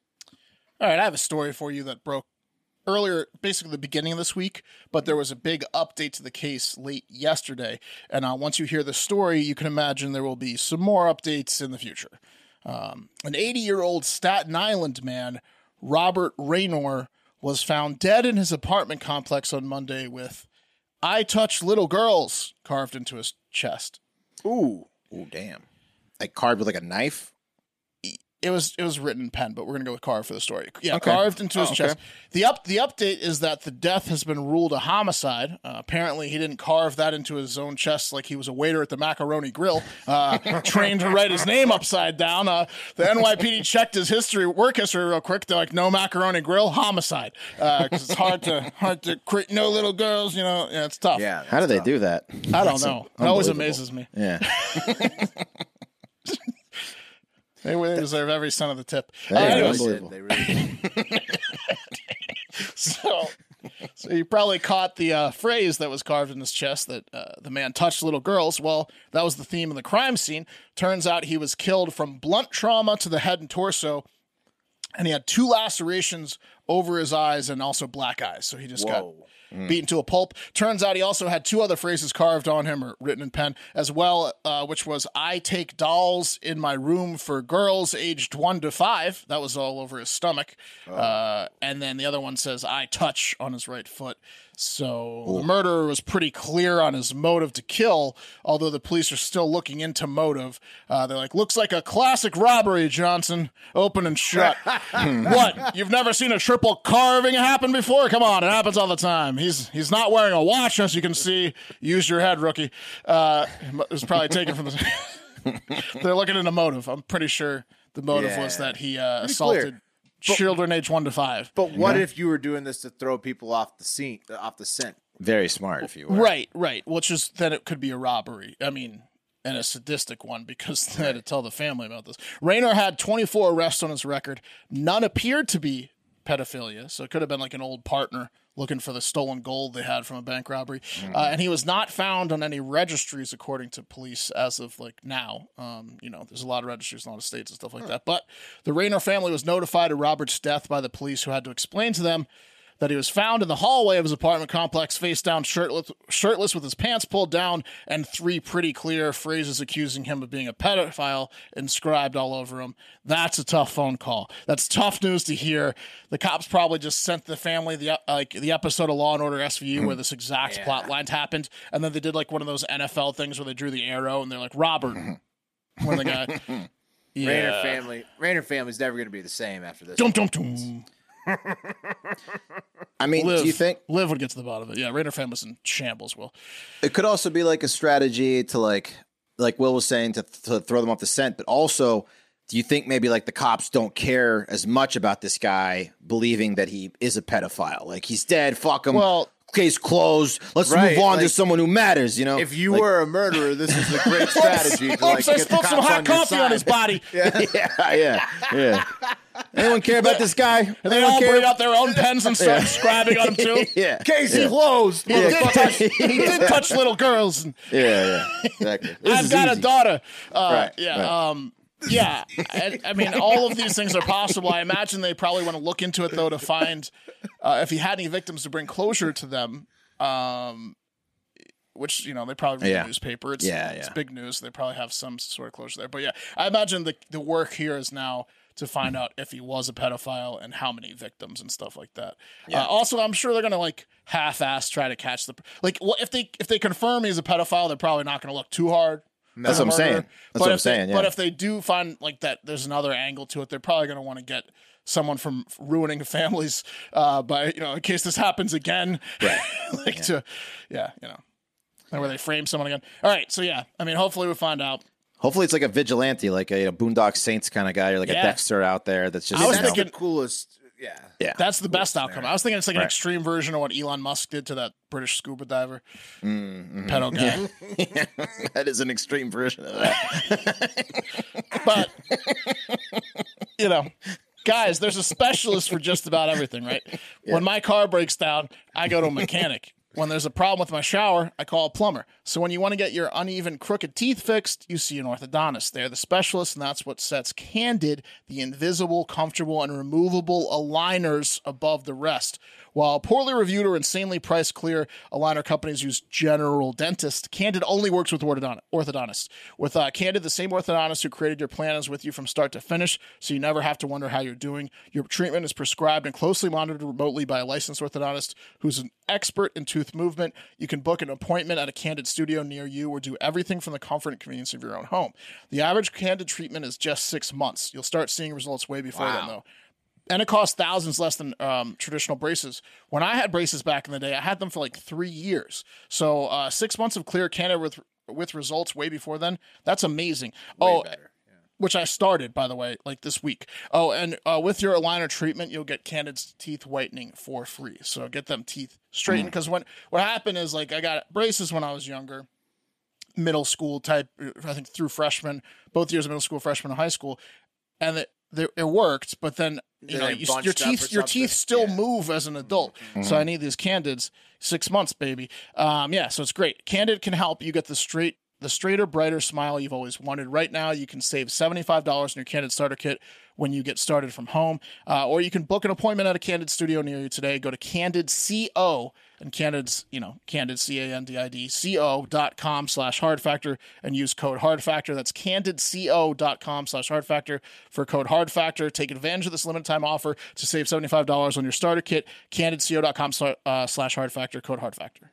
D: All right. I have a story for you that broke earlier, basically the beginning of this week, but there was a big update to the case late yesterday. And uh, once you hear the story, you can imagine there will be some more updates in the future. Um, an 80 year old Staten Island man, Robert Raynor, was found dead in his apartment complex on Monday with I touch little girls carved into his chest.
C: ooh
E: Oh damn! Like carved with like a knife.
D: it was it was written in pen, but we're gonna go with carved for the story. Yeah,
E: Okay.
D: carved into his
E: Oh, okay.
D: chest. The up the update is that the death has been ruled a homicide. Uh, apparently, he didn't carve that into his own chest like he was a waiter at the Macaroni Grill,
E: <laughs>
D: uh, trained to write his name upside down. Uh, the NYPD checked his history, work history, real quick. They're like, no Macaroni Grill, homicide, because it's hard to hard to create no little girls. You know, yeah, it's tough.
C: yeah
E: How do they do that?
D: I don't know. It always
E: unbelievable.
D: amazes me.
E: Yeah.
D: They, they deserve every cent of the tip. Uh,
E: Yeah,
C: they
D: anyways,
C: really did.
E: unbelievable.
C: They
E: <laughs>
C: really did.
D: so, so you probably caught the uh, phrase that was carved in his chest that uh, the man touched little girls. Well, that was the theme of the crime scene. Turns out he was killed from blunt trauma to the head and torso, and he had two lacerations over his eyes and also black eyes. So he just
C: Whoa.
D: got beaten to a pulp. Turns out he also had two other phrases carved on him or written in pen as well, uh, which was "I take dolls in my room for girls aged one to five. That was all over his stomach, uh, and then the other one says "I touch" on his right foot. So the murderer was pretty clear on his motive to kill, although the police are still looking into motive. Uh, they're like, looks like a classic robbery, Johnson. Open
C: <laughs>
D: and shut. what? You've never seen a triple carving happen before? Come on, it happens all the time. He's he's not wearing a watch, as you can see. Use your head, rookie. Uh, it was probably taken from the. <laughs> they're looking into motive. I'm pretty sure the motive was
C: Yeah.
D: that he uh,
C: clear.
D: assaulted children age one to five.
C: but what if you were doing this to throw people off the scene off the scent
E: <laughs> Very smart, if you will.
D: Right, right. Which is then it could be a robbery. I mean, and a sadistic one because <laughs> they had to tell the family about this. Raynor had 24 arrests on his record. None appeared to be pedophilia. So it could have been like an old partner looking for the stolen gold they had from a bank robbery. Uh, and he was not found on any registries, according to police, as of like now. Um, you know, there's a lot of registries in a lot of states and stuff like that. But the Raynor family was notified of Robert's death by the police, who had to explain to them that he was found in the hallway of his apartment complex, face down, shirtless, shirtless with his pants pulled down, and three pretty clear phrases accusing him of being a pedophile inscribed all over him. That's a tough phone call. That's tough news to hear. The cops probably just sent the family the uh, like the episode of Law and Order SVU
E: Hmm.
D: where this exact plot line happened, and then they did like one of those NFL things where they drew the arrow and they're like Robert.
E: Mm-hmm.
D: When the
E: <laughs>
D: guy, yeah,
C: Rainer family. Rainer family's never going to be the same after this.
D: dum dum dum.
E: I mean,
D: Liv,
E: do you think
D: Liv would get to the bottom of it? Yeah, Rainer Fan was in shambles. Will
E: it could also be like a strategy to like like will was saying to, to throw them off the scent but also do you think maybe like the cops don't care as much about this guy believing that he is a pedophile like he's dead fuck him
D: Well-
E: case closed let's
C: Right,
E: move on to
C: like,
E: someone who matters you know
C: If you
E: Like,
C: were a murderer, this is a <laughs> great strategy to like
D: Oops, I
C: get the
D: spilled
C: cops
D: some hot
C: on your
D: coffee on
C: side.
D: his body.
E: yeah <laughs> yeah yeah anyone care about this guy
D: And they
E: Anyone
D: all
E: care
D: bring out their own pens and start scribing on him too.
E: yeah
C: Case closed.
D: He, did
C: motherfucker.
D: touch, he did touch little girls. And,
E: yeah yeah
D: <laughs>
E: exactly This
D: I've
E: is
D: got a
E: easy.
D: daughter. Uh,
E: Right,
D: yeah.
E: right.
D: Um, yeah. I, I mean, all of these things are possible. I imagine they probably want to look into it, though, to find uh, if he had any victims to bring closure to them. Um, which, you know, they probably read
E: Yeah.
D: the newspaper. It's,
E: Yeah,
D: it's
E: yeah.
D: big news. They probably have some sort of closure there. But yeah, I imagine the, the work here is now to find out if he was a pedophile and how many victims and stuff like that. Uh, also, I'm sure they're going to like half-ass try to catch the like well if they if they confirm he's a pedophile, they're probably not going to look too hard.
E: That's what I'm
D: Murder.
E: saying. That's
D: but
E: what I'm
D: if they-
E: saying, yeah.
D: But if they do find like that, there's another angle to it. They're probably going to want to get someone from ruining families uh, by you know in case this happens again. Right. <laughs> like to, yeah, you know, or where they frame someone again. All right, so yeah, I mean, hopefully we find out.
E: hopefully it's like a vigilante like a, a boondock saints kind of guy or like
D: Yeah.
E: a dexter out there that's just
D: I was
E: you know,
C: That's the
D: thinking-
C: coolest. Yeah.
E: yeah
D: That's the best outcome. I was thinking it's like an
E: Right.
D: extreme version of what Elon Musk did to that British scuba diver, pedo guy.
E: <laughs> that is an extreme version of that.
D: but <laughs> you know guys there's a specialist for just about everything right when my car breaks down i go to a mechanic when there's a problem with my shower i call a plumber so when you want to get your uneven crooked teeth fixed you see an orthodontist they're the specialist and that's what sets candid the invisible comfortable and removable aligners above the rest while poorly reviewed or insanely priced clear aligner companies use general dentist, Candid only works with orthodont- orthodontists. With uh, Candid, the same orthodontist who created your plan is with you from start to finish, so you never have to wonder how you're doing. Your treatment is prescribed and closely monitored remotely by a licensed orthodontist who's an expert in tooth movement. You can book an appointment at a Candid studio near you or do everything from the comfort and convenience of your own home. The average Candid treatment is just six months. You'll start seeing results way before then, though and it costs thousands less than um, traditional braces. When I had braces back in the day, I had them for like three years. So uh, six months of clear Canada with with results way before then. That's amazing. oh, which I started by the way, like this week. Oh, and uh, with your aligner treatment, you'll get Candid's teeth whitening for free. So get them teeth straightened because when what happened is like I got braces when I was younger middle school type, I think through freshman, both years of middle school, freshman, and high school, and it, they- it worked. But then you
C: Then
D: know
C: they
D: you,
C: bunched
D: your
C: up or
D: teeth your teeth
C: something.
D: still
C: Yeah. Mm-hmm.
D: move as an adult. So I need these candids six months, baby. Um, yeah, so it's great. Candid can help you get the straight. The straighter, brighter smile you've always wanted. Right now, you can save $75 on your Candid Starter Kit when you get started from home. Uh, or you can book an appointment at a Candid studio near you today. Go to CandidCO and Candid's, you know, Candid, C A N D I D, C O dot com slash hard factor and use code hard factor. That's candidco.com slash hard factor for code hard factor. Take advantage of this limited time offer to save $75 on your starter kit. Candidco.com sla- uh, slash hard factor, code hard factor.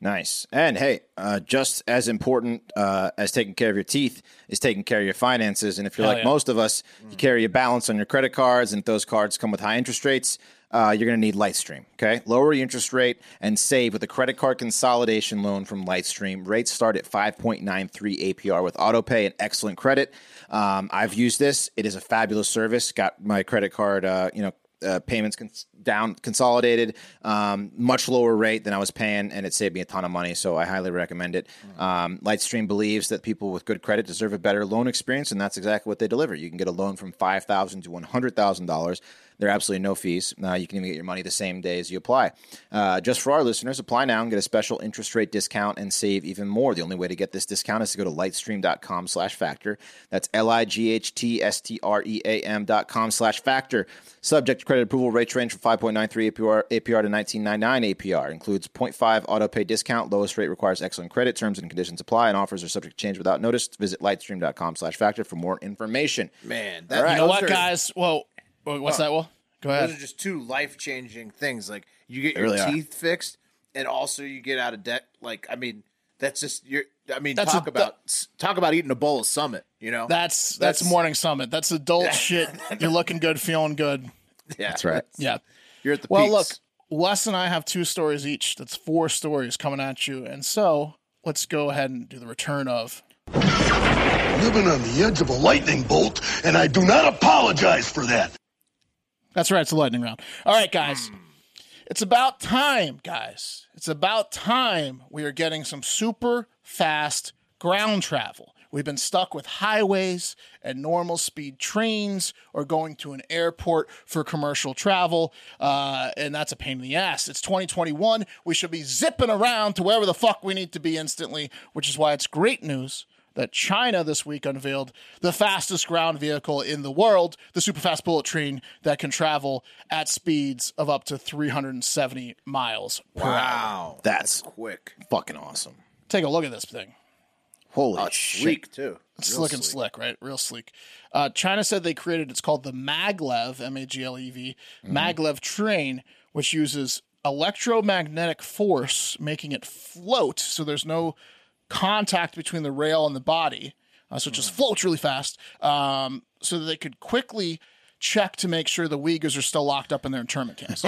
E: Nice. And hey, uh, just as important uh, as taking care of your teeth is taking care of your finances. And if you're
D: Hell
E: like
D: yeah. Mm.
E: most of us, you carry a balance on your credit cards, and if those cards come with high interest rates, uh, you're going to need Lightstream. Okay, lower your interest rate and save with a credit card consolidation loan from Lightstream. Rates start at 5.93 APR with autopay and excellent credit. Um, I've used this; it is a fabulous service. Got my credit card, uh, you know, uh, payments cons- down consolidated, um, much lower rate than I was paying, and it saved me a ton of money. So I highly recommend it. Um, Lightstream believes that people with good credit deserve a better loan experience, and that's exactly what they deliver. You can get a loan from five thousand to one hundred thousand dollars. There are absolutely no fees. Uh, you can even get your money the same day as you apply. Uh, just for our listeners, apply now and get a special interest rate discount and save even more. The only way to get this discount is to go to lightstream.com slash factor. That's L-I-G-H-T-S-T-R-E-A-M E dot com slash factor. Subject to credit approval, rates range from 5.93 APR, APR to 19.99 APR. Includes 0.5 auto pay discount. Lowest rate requires excellent credit. Terms and conditions apply and offers are subject to change without notice. Visit lightstream.com slash factor for more information.
C: Man,
E: All
C: that,
E: right.
D: You know
C: those
D: what,
C: are- Oh.
D: guys? Well, what's that? Well, go
C: Those are
D: ahead.
C: just two life changing things. Like you get your
E: really are.
C: teeth fixed, and also you get out of debt. Like I mean, that's just your. I mean,
D: That's
C: talk
D: a-
C: about talk about eating a bowl of Summit. You know,
D: That's that's,
C: That's-
D: morning summit. That's adult
C: <laughs>
D: shit. You're looking good, feeling good.
C: yeah,
E: That's right.
D: Yeah.
C: You're at the
D: Well,
C: peaks.
D: look, Wes and I have two stories each. That's four stories coming at you. And so let's go ahead and do the return of.
B: Living on the edge of a lightning bolt, and I do not apologize for that.
D: That's right. It's a lightning round. All right, guys. It's about time, guys. It's about time we are getting some super fast ground travel. We've been stuck with highways and normal speed trains or going to an airport for commercial travel. Uh, and that's a pain in the ass. It's 2021. We should be zipping around to wherever the fuck we need to be instantly, which is why it's great news that China this week unveiled the fastest ground vehicle in the world, the superfast bullet train that can travel at speeds of up to 370 miles per hour.
C: wow,
E: That's
C: quick,
E: fucking awesome.
D: Take a look at this thing.
E: Holy shit.
C: sleek too.
D: It's slick and slick, right? Real sleek. Uh, China said they created, it's called the maglev, M A G L E V,
C: Mm-hmm.
D: maglev train, which uses electromagnetic force, making it float. So there's no contact between the rail and the body. Uh, so it
C: Mm-hmm.
D: just floats really fast. Um, so that they could quickly check to make sure the Uyghurs are still locked up in their internment
C: <laughs>
D: camps.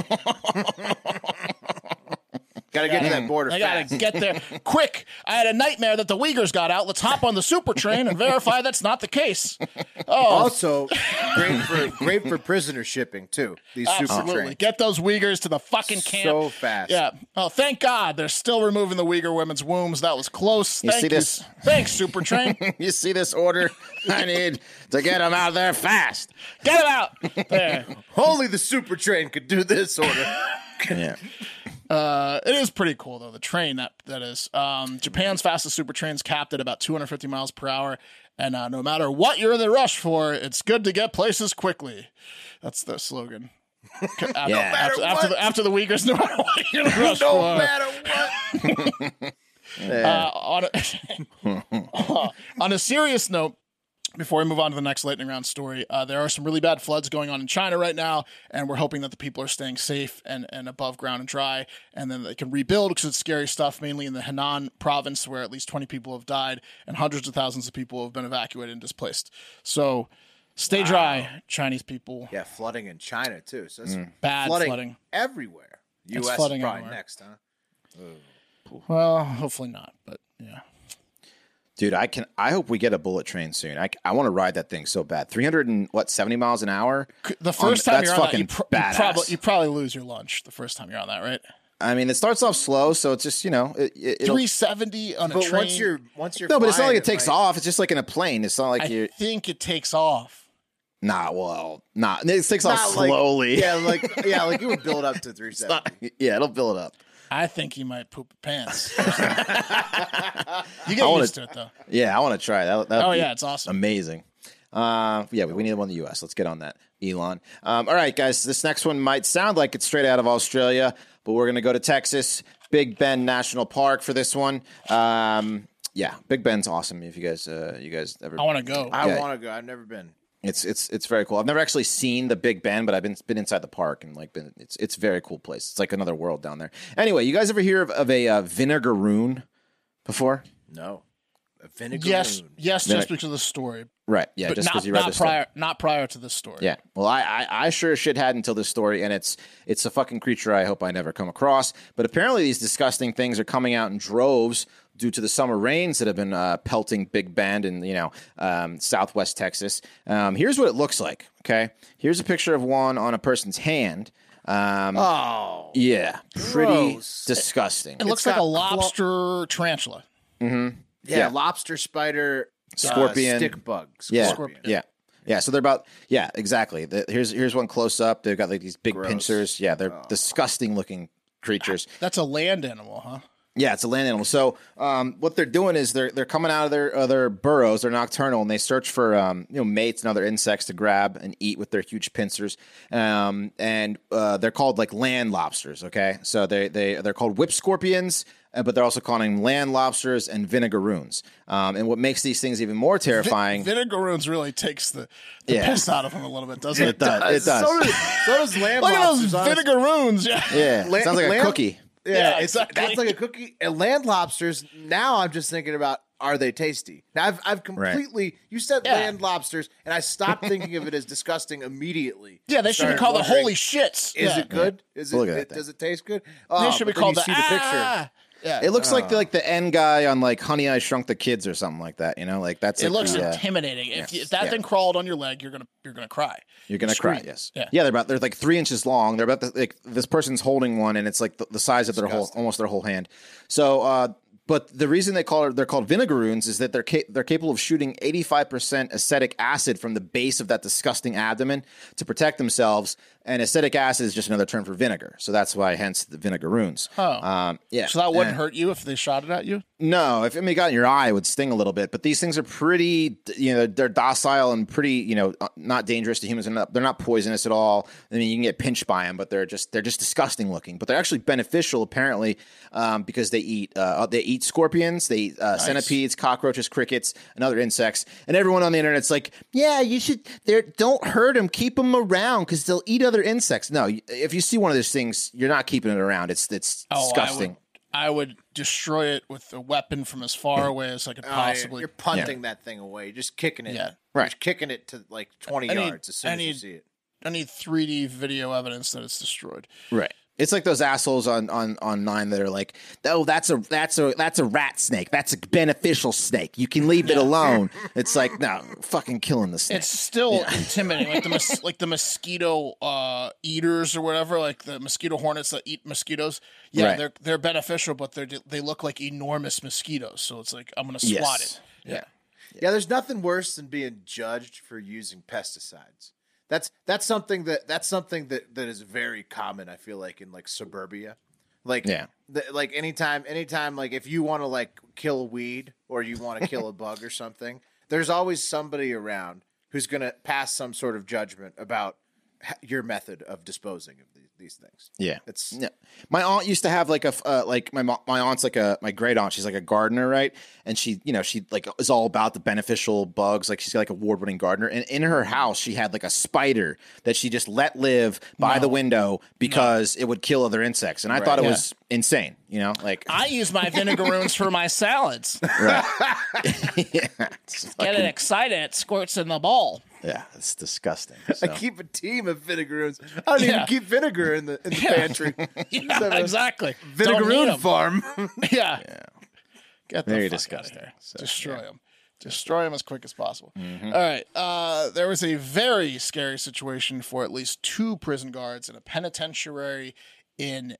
C: Got to get to that border.
D: I
C: fast.
D: gotta get there quick. I had a nightmare that the Uyghurs got out. Let's hop on the super train and verify that's not the case. Oh,
C: Also, great for great for prisoner shipping too. These super
D: Absolutely.
C: trains.
D: Get those Uyghurs to the fucking camp.
C: So fast.
D: Yeah. Oh, thank God they're still removing the Uyghur women's wombs. That was close.
E: You
D: Thank
E: see this?
D: Thanks, Super Train. Get
E: You see this order? <laughs> I need to get them out there fast.
D: them out. There.
C: Only the super train could do this order. <laughs>
E: Yeah.
D: Uh, It is pretty cool though. The train that that is. Um, Japan's fastest super train's capped at about 250 miles per hour, and uh, no matter what you're in the rush for, it's good to get places quickly. That's the slogan. <laughs> uh, After, after, after the, after the Uyghurs, <laughs> no matter what you're in the rush for. Uh, on, a, <laughs> uh, on a serious note, before we move on to the next lightning round story, uh, there are some really bad floods going on in China right now, and we're hoping that the people are staying safe and, and above ground and dry, and then they can rebuild because it's scary stuff, mainly in the Henan province, where at least 20 people have died and hundreds of thousands of people have been evacuated and displaced. So stay dry, Chinese people.
C: yeah, flooding in China too. So it's
E: Mm.
D: Bad
C: flooding,
D: flooding.
C: everywhere. U.S. is
D: flooding
C: probably
D: everywhere.
C: next, huh?
D: Well, hopefully not, but yeah.
E: Dude, I can. I hope we get a bullet train soon. I, I want to ride that thing so bad. Three hundred and what seventy miles an hour.
D: The
E: On-
D: first time
E: that's
D: you're on that,
E: fucking
D: you, pr- you,
E: badass.
D: probably, you probably lose your lunch the first time you're on that, right?
E: I mean, it starts off slow, so it's just you know, it, it, it'll-
D: 370 on a
C: But
D: train.
C: once you're once you're
E: no, but it's not like
C: flying,
E: it takes off. It's just like in a plane. It's not like
D: I
E: you.
D: think it takes off.
E: Nah, well, nah. It takes off
C: Not like-
E: slowly.
C: yeah, like <laughs> yeah, like it would build up to 370.
E: <laughs> yeah, it'll build up.
D: I think he might poop pants. you get
E: wanna-
D: used to it though.
E: Yeah, I want to try that. that'd
D: Oh
E: be
D: yeah, it's awesome.
E: Amazing. Uh, yeah, we we need one in the U.S. Let's get on that, Elon. Um, all right, guys, this next one might sound like it's straight out of Australia, but we're going to go to Texas, Big Bend National Park for this one. Um, yeah, Big Bend's awesome. If you guys, uh, you guys ever,
D: I want to go.
C: I
E: Yeah.
C: want to go. I've never been.
E: it's it's it's very cool. I've never actually seen the Big Bend, but I've been been inside the park and like been. It's it's a very cool place. It's like another world down there. Anyway, you guys ever hear of, of a uh, vinegaroon before?
C: No, a vinegar.
D: yes,
C: moon.
D: yes,
E: Then
D: just
E: I-
D: because of the story,
E: Right. Yeah.
D: but
E: just
D: not
E: because you read
D: not
E: this thing.
D: prior not prior to this story.
E: Yeah. Well, I, I I sure as shit had until this story, and it's it's a fucking creature I hope I never come across. But apparently, these disgusting things are coming out in droves due to the summer rains that have been uh, pelting Big Bend and you know um, Southwest Texas. Um, here's what it looks like. Okay. Here's a picture of one on a person's hand. Um, oh. Yeah. Pretty
C: gross.
E: disgusting.
D: It looks
C: got
D: like a
C: claw-
D: lobster tarantula.
C: Yeah,
E: Yeah.
C: lobster, spider, uh,
E: Scorpion.
C: stick bugs.
E: Yeah.
D: Scorpion.
E: Yeah. Yeah, so they're about yeah, exactly. The, here's here's one close up. They've got like these big pincers. Yeah, they're disgusting looking creatures.
D: That's a land animal, huh?
E: Yeah, it's a land animal. So um, what they're doing is they're they're coming out of their uh, their burrows. They're nocturnal and they search for um, you know mates and other insects to grab and eat with their huge pincers. Um, and uh, they're called like land lobsters. Okay, so they they they're called whip scorpions, uh, but they're also calling them land lobsters and vinegaroons. Um, and what makes these things even more terrifying.
D: Vinegaroons really takes the, the
E: Yeah.
D: piss out of him a little bit, doesn't it?
E: it does. It does.
C: So does, so
E: <laughs>
C: does lamb
D: <laughs> Look at those
C: lobsters. honestly.
D: vinegaroons. Yeah.
E: yeah,
C: La-
E: sounds like
C: lamb-
E: a cookie.
C: Yeah,
D: Yeah,
C: it's,
D: exactly.
C: that's like a cookie. And land lobsters. Now I'm just thinking about are they tasty? Now I've I've completely you said
D: Yeah.
C: land lobsters, and I stopped thinking of it as disgusting immediately.
D: Yeah, they should be
C: Started
D: called the
C: wondering,
D: holy shits.
C: Is
D: yeah.
C: it good? Is it,
E: Look at that
C: it-
E: thing.
C: does it taste good?
D: They
C: Oh,
D: should be
C: but then
D: called
C: you
D: the,
C: see the picture.
D: "Ah." Yeah.
E: It looks like the, like the end guy on like Honey I Shrunk the Kids or something like that. You know, like that's
D: It
E: like
D: looks
E: the, uh,
D: intimidating. If, you- if that
E: yeah.
D: thing crawled on your leg, you're gonna you're gonna cry.
E: You're gonna cry.
D: Scream.
E: Yes.
D: Yeah.
E: they're about they're like three inches long. They're about the, like this person's holding one, and it's like the, the size of their whole almost their whole hand. So, uh, but the reason they call it they're called vinegaroons is that they're ca- they're capable of shooting 85 percent acetic acid from the base of that disgusting abdomen to protect themselves. And acetic acid is just another term for vinegar, so that's why hence the vinegaroons. Oh, um, yeah.
D: So that wouldn't
E: And-
D: hurt you if they shot it at you.
E: no, if I mean, it got in your eye, it would sting a little bit. But these things are pretty, you know, they're docile and pretty, you know, uh, not dangerous to humans. They're not, they're not poisonous at all. I mean, you can get pinched by them, but they're just they're just disgusting looking. But they're actually beneficial apparently um, because they eat uh, they eat scorpions, they eat uh, centipedes, cockroaches, crickets, and other insects. And everyone on the internet's like, yeah, you should. They're, don't hurt them, keep them around because they'll eat other insects. No, if you see one of those things, you're not keeping it around. It's it's
D: Oh,
E: disgusting.
D: I would, I would destroy it with a weapon from as far away as I could
C: Oh, yeah,
D: possibly.
C: You're punting that thing away. You're just kicking it.
D: Yeah.
C: You're
E: Right.
C: just kicking it to like 20
D: I need-
C: yards as soon
D: I
C: as you
D: need-
C: see it.
D: I need 3D video evidence that it's destroyed.
E: Right. It's like those assholes on on on nine that are like, oh, that's a that's a that's a rat snake. That's a beneficial snake. You can leave
D: <laughs>
E: it alone. It's like no, fucking killing the snake.
D: It's still <laughs> intimidating, like the
E: <laughs>
D: mos- like the mosquito uh, eaters or whatever, like the mosquito hornets that eat mosquitoes. Yeah,
E: Right.
D: they're they're beneficial, but they they look like enormous mosquitoes. So it's like I'm gonna swat
E: Yes.
D: it. Yeah,
C: Yeah, there's nothing worse than being judged for using pesticides. That's that's something that that's something that that is very common. I feel like in like suburbia, like
E: Yeah.
C: the, like anytime anytime like if you want to like kill a weed or you want to kill a bug or something, there's always somebody around who's gonna pass some sort of judgment about h- your method of disposing of these, these things.
E: yeah.
C: It's
E: Yeah. My aunt used to have like a f- uh, like my mo- my aunt's like a my great aunt. She's like a gardener, right? And she you know she like is all about the beneficial bugs. Like she's like award winning gardener. And in her house, she had like a spider that she just let live by the window because it would kill other insects. And I thought it
D: Yeah.
E: was insane. You know, like
D: I use my
E: <laughs>
D: vinegaroons for my salads.
E: yeah, it's
D: Get it excited, it squirts in the <laughs> bowl.
E: Yeah, it's disgusting.
C: I
E: so.
C: keep a team of vinegaroons. I don't
D: Yeah.
C: even keep vinegar in
D: <laughs>
C: the in the pantry.
D: Yeah, exactly. Don't need
C: Vinegaroon
D: 'em.
C: farm.
D: <laughs> Yeah. Get the
E: Very
D: fuck
E: disgusting.
D: out of here.
E: So, Mm-hmm.
D: Destroy them. Destroy them as quick as possible. All right. Uh, there was a very scary situation for at least two prison guards in a penitentiary in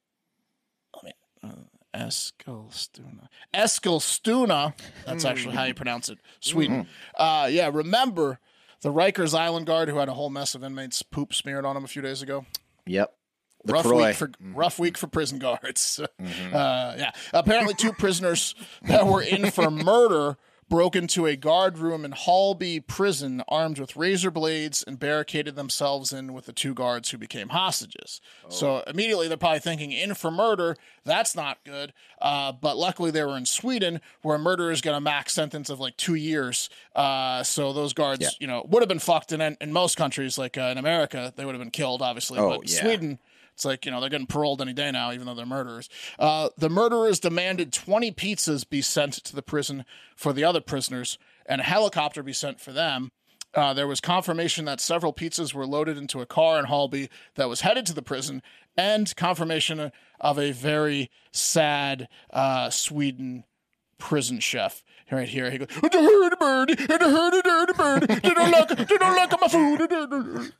D: let me, uh, Eskilstuna. Eskilstuna. That's actually
E: Mm.
D: how you pronounce it. Sweden.
E: Mm-hmm.
D: Uh, yeah. Remember the Rikers Island guard who had a whole mess of inmates poop smeared on him a few days ago?
E: Yep. The Mm-hmm.
D: rough
E: Croy.
D: week for rough week for prison guards. <laughs> Uh, yeah, apparently two prisoners that were in
E: <laughs>
D: for murder broke into a guard room in Hallby Prison armed with razor blades and barricaded themselves in with the two guards who became hostages.
E: Oh.
D: So immediately they're probably thinking in for murder. That's not good. Uh, but luckily they were in Sweden where murder is going to max sentence of like two years. Uh, so those guards, you know, would have been fucked in, in most countries. Like uh, in America, they would have been killed, obviously.
E: Oh,
D: but in
E: yeah.
D: Sweden, it's like, you know, they're getting paroled any day now, even though they're murderers. Uh, the murderers demanded 20 pizzas be sent to the prison for the other prisoners and a helicopter be sent for them. Uh, there was confirmation that several pizzas were loaded into a car in Halby that was headed to the prison, and confirmation of a very sad uh, Sweden prison chef right here. He goes, "The herd of bird, the herd of dirty bird, they don't like, they don't like my food."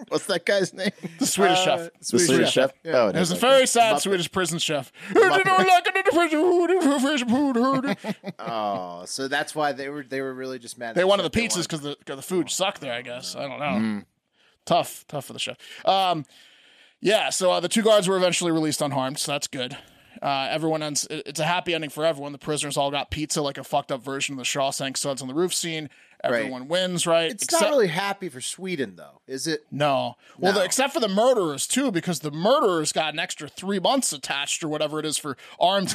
D: <laughs>
E: What's that guy's <laughs> name?
D: The Swedish chef.
E: The Swedish chef. Oh, it
D: It was
E: is.
D: a
E: okay.
D: <laughs> very sad Swedish prison chef. They don't like it, <laughs>
C: Oh, so that's why they were they were really just mad. at
D: They wanted the
C: chef.
D: pizzas because the, 'cause the food sucked there, I guess. I don't know. Tough, tough for the chef. Um, yeah, so uh, the two guards were eventually released unharmed, so that's good. Uh, everyone ends. it- It's a happy ending for everyone. The prisoners all got pizza, like a fucked up version of the Shawshank Suds on the Roof scene. Everyone wins, right?
C: It's
D: Except-
C: not really happy for Sweden though, is it?
D: No. Well,
C: No.
D: The, except for the murderers too, because the murderers got an extra three months attached or whatever it is for armed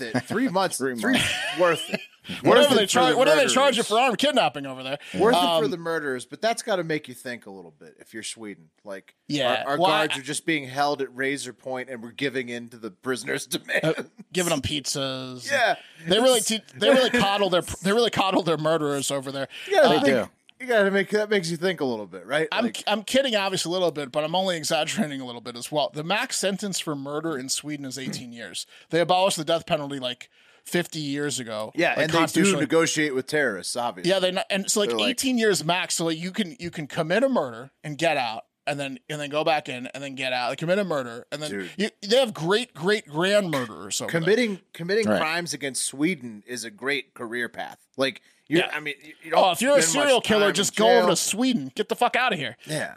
C: Worth it.
D: <laughs>
C: Three months. three <laughs> worth it.
D: Whatever
C: Worth
D: they
C: it for
D: charge,
C: the
D: whatever they charge you
C: murderers.
D: for Um, armed kidnapping over there.
C: Worth it for the murderers, but that's got to make you think a little bit if you're Sweden. Like,
D: Yeah,
C: our, our
D: well,
C: guards
D: I-
C: are just being held at razor point, and we're giving in to the prisoners' <laughs>
D: Uh,
C: demand.
D: giving them pizzas.
C: yeah,
D: They really, te- they
C: <laughs>
D: really coddle their, they really coddle their murderers over there. Uh,
C: you gotta
E: They
C: think- You gotta make that makes you think a little bit, right?
D: I'm,
C: Like,
D: I'm kidding, obviously, a little bit, but I'm only exaggerating a little bit as well. The max sentence for murder in Sweden is 18 years. They abolished the death penalty like 50 years ago.
C: yeah,
D: Like,
C: and they do
D: constitutionally-
C: negotiate with terrorists, obviously.
D: Yeah, they not, and it's like
C: They're like-
D: 18 years max. So like you can you can commit a murder and get out, and then and then go back in and then get out. Like, commit a murder and then
C: Dude.
D: you, they have great great grand murderers. Over there.
C: committing committing
E: Right.
C: crimes against Sweden is a great career path. Like, you,
D: Yeah.
C: I mean, you, you don't
D: Oh, if you're a
C: spend much
D: serial
C: time
D: killer,
C: in
D: just go over
C: jail.
D: to Sweden. Get the fuck out of here.
C: yeah.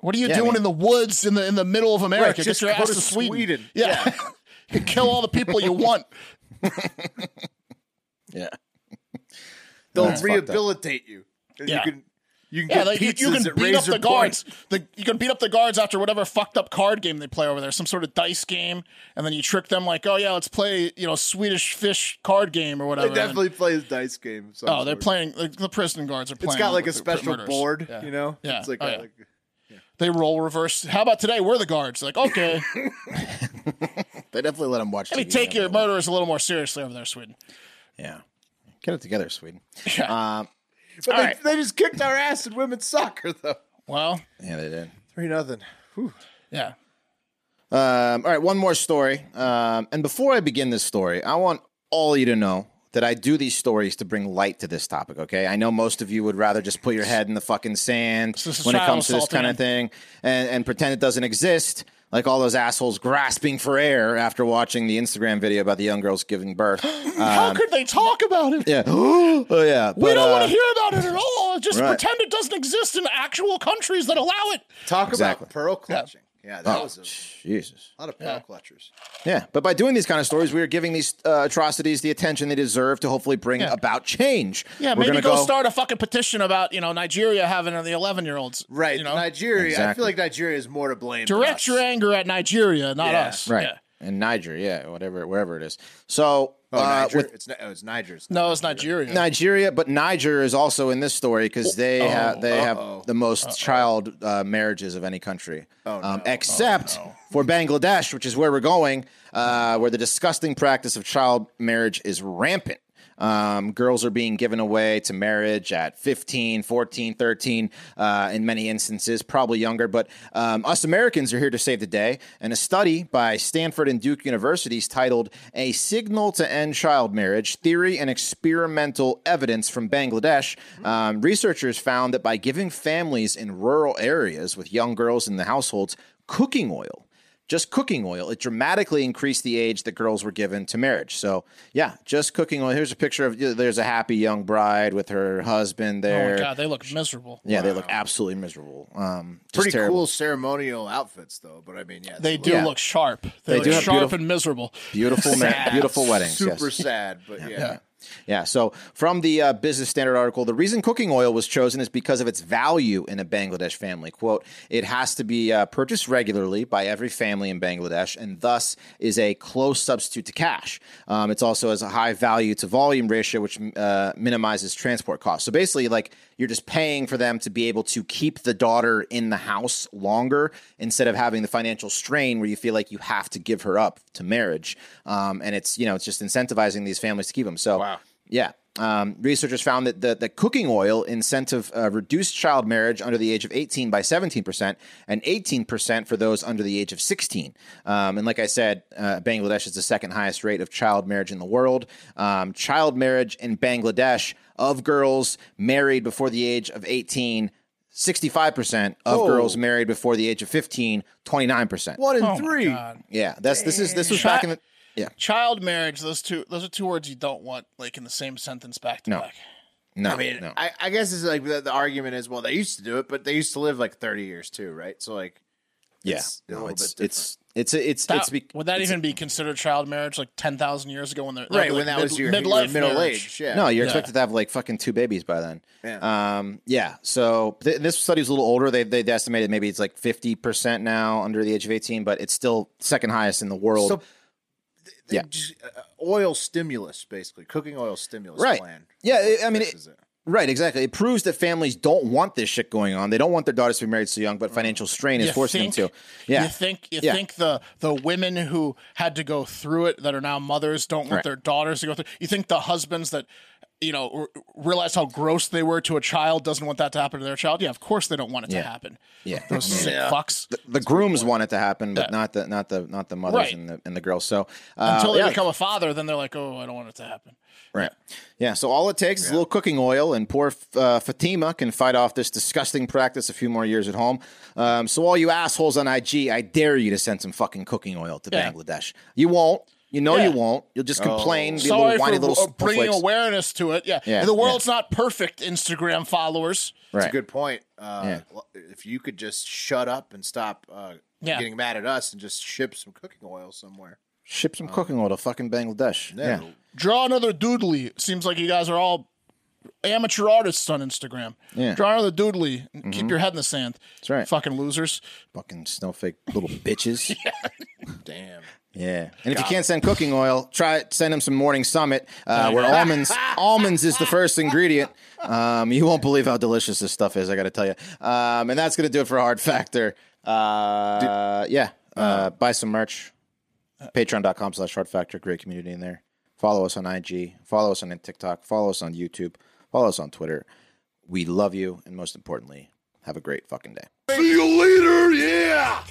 D: What are you
E: I
D: doing
E: mean-
D: in the woods in the in the middle of America?
C: Right,
D: Get
C: just
D: your
C: go
D: ass
C: to
D: to Sweden.
C: Sweden.
D: Yeah, <laughs> you can kill all the people you want.
E: Yeah.
C: They'll
E: That's fucked up.
C: rehabilitate you. And
D: Yeah.
C: You can you can
D: Yeah,
C: <laughs> get
D: like, you,
C: pizzas
D: you can
C: at
D: beat up
C: razor
D: the
C: point.
D: guards. The, you can beat up the guards after whatever fucked up card game they play over there, some sort of dice game, and then you trick them like, oh yeah, let's play you know Swedish fish card game or
C: They
D: whatever.
C: definitely play dice games.
D: And- oh, they're playing. Like, the prison guards are playing.
C: It's got like a
D: with the pr-
C: special
D: murders.
C: board,
D: Yeah.
C: you know.
D: Yeah.
C: It's like,
D: Oh,
C: a-
D: yeah.
C: like-
D: They roll reverse. How about today? We're the guards.
C: <laughs>
D: Like, okay,
E: They definitely let them watch.
D: let me
E: TV
D: take your
E: over there.
D: murderers a little more seriously over there, Sweden.
E: Yeah. Get it together, Sweden.
D: Yeah.
E: Uh,
C: but they,
E: right.
C: they just kicked our ass in women's soccer though.
D: well,
E: yeah, they did.
C: Three nothing.
D: yeah.
E: Um, all right, one more story. Um, and before I begin this story, I want all you to know that I do these stories to bring light to this topic. Okay, I know most of you would rather just put your head in the fucking sand
D: This is
E: when it
D: child
E: comes to this
D: assault
E: kind of thing and, and pretend it doesn't exist, like all those assholes grasping for air after watching the Instagram video about the young girls
D: <gasps>
E: giving birth.
D: How could they talk about it?
E: Um, yeah, <gasps> oh yeah.
D: We
E: but,
D: don't want
E: uh,
D: to hear about it at all. Just
E: Right.
D: pretend it doesn't exist in actual countries that allow it.
C: Talk
E: Exactly.
C: about pearl clutching. Yeah, that
E: oh,
C: was a
E: Jesus.
C: lot of pearl clutchers.
E: Yeah, but by doing these kind of stories, we are giving these uh, atrocities the attention they deserve to hopefully bring
D: Yeah.
E: about change.
D: Yeah,
E: We're
D: maybe go,
E: gonna
D: start a fucking petition about you know Nigeria having the eleven year olds.
C: Right,
D: You know,
C: Nigeria. I feel
E: Exactly.
C: like Nigeria is more to blame. than
D: direct
C: us.
D: your anger at Nigeria, not
C: Yeah.
D: us.
E: right
D: Yeah.
E: in Niger, yeah, whatever, wherever it is. So
C: Oh,
E: uh,
C: Niger.
E: with
C: it's, Ni- oh, it's Niger. It's
D: No, it's Nigeria.
E: Nigeria, but Niger is also in this story because they ha- they
C: Oh, uh-oh, Oh,
E: have the most child uh, marriages of any country, um, except for Bangladesh, which is where we're going, uh, where the disgusting practice of child marriage is rampant. Um, girls are being given away to marriage at 15, 14, 13, uh, in many instances, probably younger. But um, us Americans are here to save the day. And a study by Stanford and Duke Universities titled A Signal to End Child Marriage Theory and Experimental Evidence from Bangladesh, um, researchers found that by giving families in rural areas with young girls in the households cooking oil, just cooking oil, it dramatically increased the age that girls were given to marriage. So, yeah, just cooking oil. Here's a picture of there's a happy young bride with her husband
D: Oh
E: there.
D: my god, they look miserable.
E: Yeah, they look absolutely miserable. Um, just
C: pretty
E: terrible.
C: cool ceremonial outfits though. But I mean, yeah,
D: They do
E: Yeah.
D: look sharp. They,
E: They
D: look
E: do have
D: sharp
E: beautiful-
D: and miserable.
C: <laughs>
E: beautiful, ma- beautiful weddings.
C: super
E: yes.
C: sad. But yeah.
E: Yeah. So from the uh, Business Standard article, the reason cooking oil was chosen is because of its value in a Bangladesh family. Quote, it has to be uh, purchased regularly by every family in Bangladesh and thus is a close substitute to cash. Um, it's also has a high value to volume ratio, which uh, minimizes transport costs. So basically, like you're just paying for them to be able to keep the daughter in the house longer instead of having the financial strain where you feel like you have to give her up to marriage. Um, and it's, you know, it's just incentivizing these families to keep them. So, yeah. Um, researchers found that the, the cooking oil incentive uh, reduced child marriage under the age of 18 by 17% and 18% for those under the age of 16. Um, and like I said, uh, Bangladesh is the second highest rate of child marriage in the world. Um, child marriage in Bangladesh of girls married before the age of 18, 65% of girls married before the age of 15, 29%.
C: One in
D: Oh my
C: three.
D: God.
E: Yeah, that's this is this was back in the Yeah.
D: Child marriage. Those two. Those are two words you don't want like in the same sentence back to
E: No.
D: back.
E: No,
C: I mean,
E: no.
C: I, I guess it's like the, the argument is well, they used to do it, but they used to live like 30 years too, right? So, like,
E: yeah,
C: it's a
E: no,
C: little
E: it's
C: bit
E: it's it's it's
D: That,
E: it's be-
D: would that
E: it's-
D: even be considered child marriage? Like ten thousand years ago, when they're
C: right
D: like
C: when that was
D: mid-
C: your, your
D: midlife
C: middle
D: marriage.
C: age. Yeah.
E: No, you're
D: Yeah.
E: expected to have like fucking two babies by then.
C: Yeah.
E: Um, yeah. So th- this study's a little older. They they estimated maybe it's like fifty percent now under the age of eighteen, but it's still second highest in the world.
C: So, th- they
E: Yeah.
C: just- uh, oil stimulus, basically cooking oil stimulus
E: Right.
C: plan.
E: Yeah, it- I mean,
C: Fixes it.
E: right, exactly. It proves that families don't want this shit going on. They don't want their daughters to be married so young, but financial strain
D: Mm.
E: is
D: You
E: forcing them
D: think-
E: to. Yeah.
D: You think you
E: Yeah.
D: think the the women who had to go through it that are now mothers don't want
E: Right.
D: their daughters to go through. You think the husbands that you know r- realize how gross they were to a child doesn't want that to happen to their child. Yeah, of course they don't want it
E: Yeah.
D: to happen.
E: yeah.
D: Those sick fucks.
E: the uh, grooms want it to happen, but
D: Yeah.
E: not the not the not the mothers
D: Right.
E: and the and the girls. So uh,
D: Until they
E: yeah,
D: become a father, then they're like, oh, I don't want it to happen.
E: Right. Yeah. So all it takes is a little cooking oil, and poor uh, Fatima can fight off this disgusting practice a few more years at home. Um, so all you assholes on IG, I dare you to send some fucking cooking oil to
D: Yeah.
E: Bangladesh. You won't. You know
D: Yeah. Oh.
E: you won't. You'll just complain, be a
D: Sorry
E: little
D: for
E: whiny little
D: uh, bringing
E: snowflakes.
D: awareness to it. Yeah,
E: Yeah,
D: And the world's not perfect. Instagram followers.
C: It's
E: Right.
C: a good point. Uh,
E: Yeah.
C: l- If you could just shut up and stop uh,
D: Yeah.
C: getting mad at us and just ship some cooking oil somewhere.
E: Ship
D: Oh.
E: some cooking oil to fucking Bangladesh. Yeah.
C: That'll-
D: Draw another doodly. Seems like you guys are all amateur artists on Instagram.
E: Yeah. Mm-hmm.
D: Draw another doodly. and Keep your head in the sand. That's
E: right.
D: Fucking losers.
E: Fucking snowflake
D: <laughs>
E: little bitches.
C: Damn.
E: Yeah, and if you can't send cooking oil, try send them some Morning Summit, uh, where almonds almonds is the first ingredient. Um, you won't believe how delicious this stuff is. I got to tell you. Um, and that's gonna do it for Hard Factor. Uh, yeah, uh, buy some merch. Patreon.com slash Hard Factor. Great community in there. Follow us on IG. Follow us on TikTok. Follow us on YouTube. Follow us on Twitter. We love you, and most importantly, have a great fucking day.
B: See you later, yeah!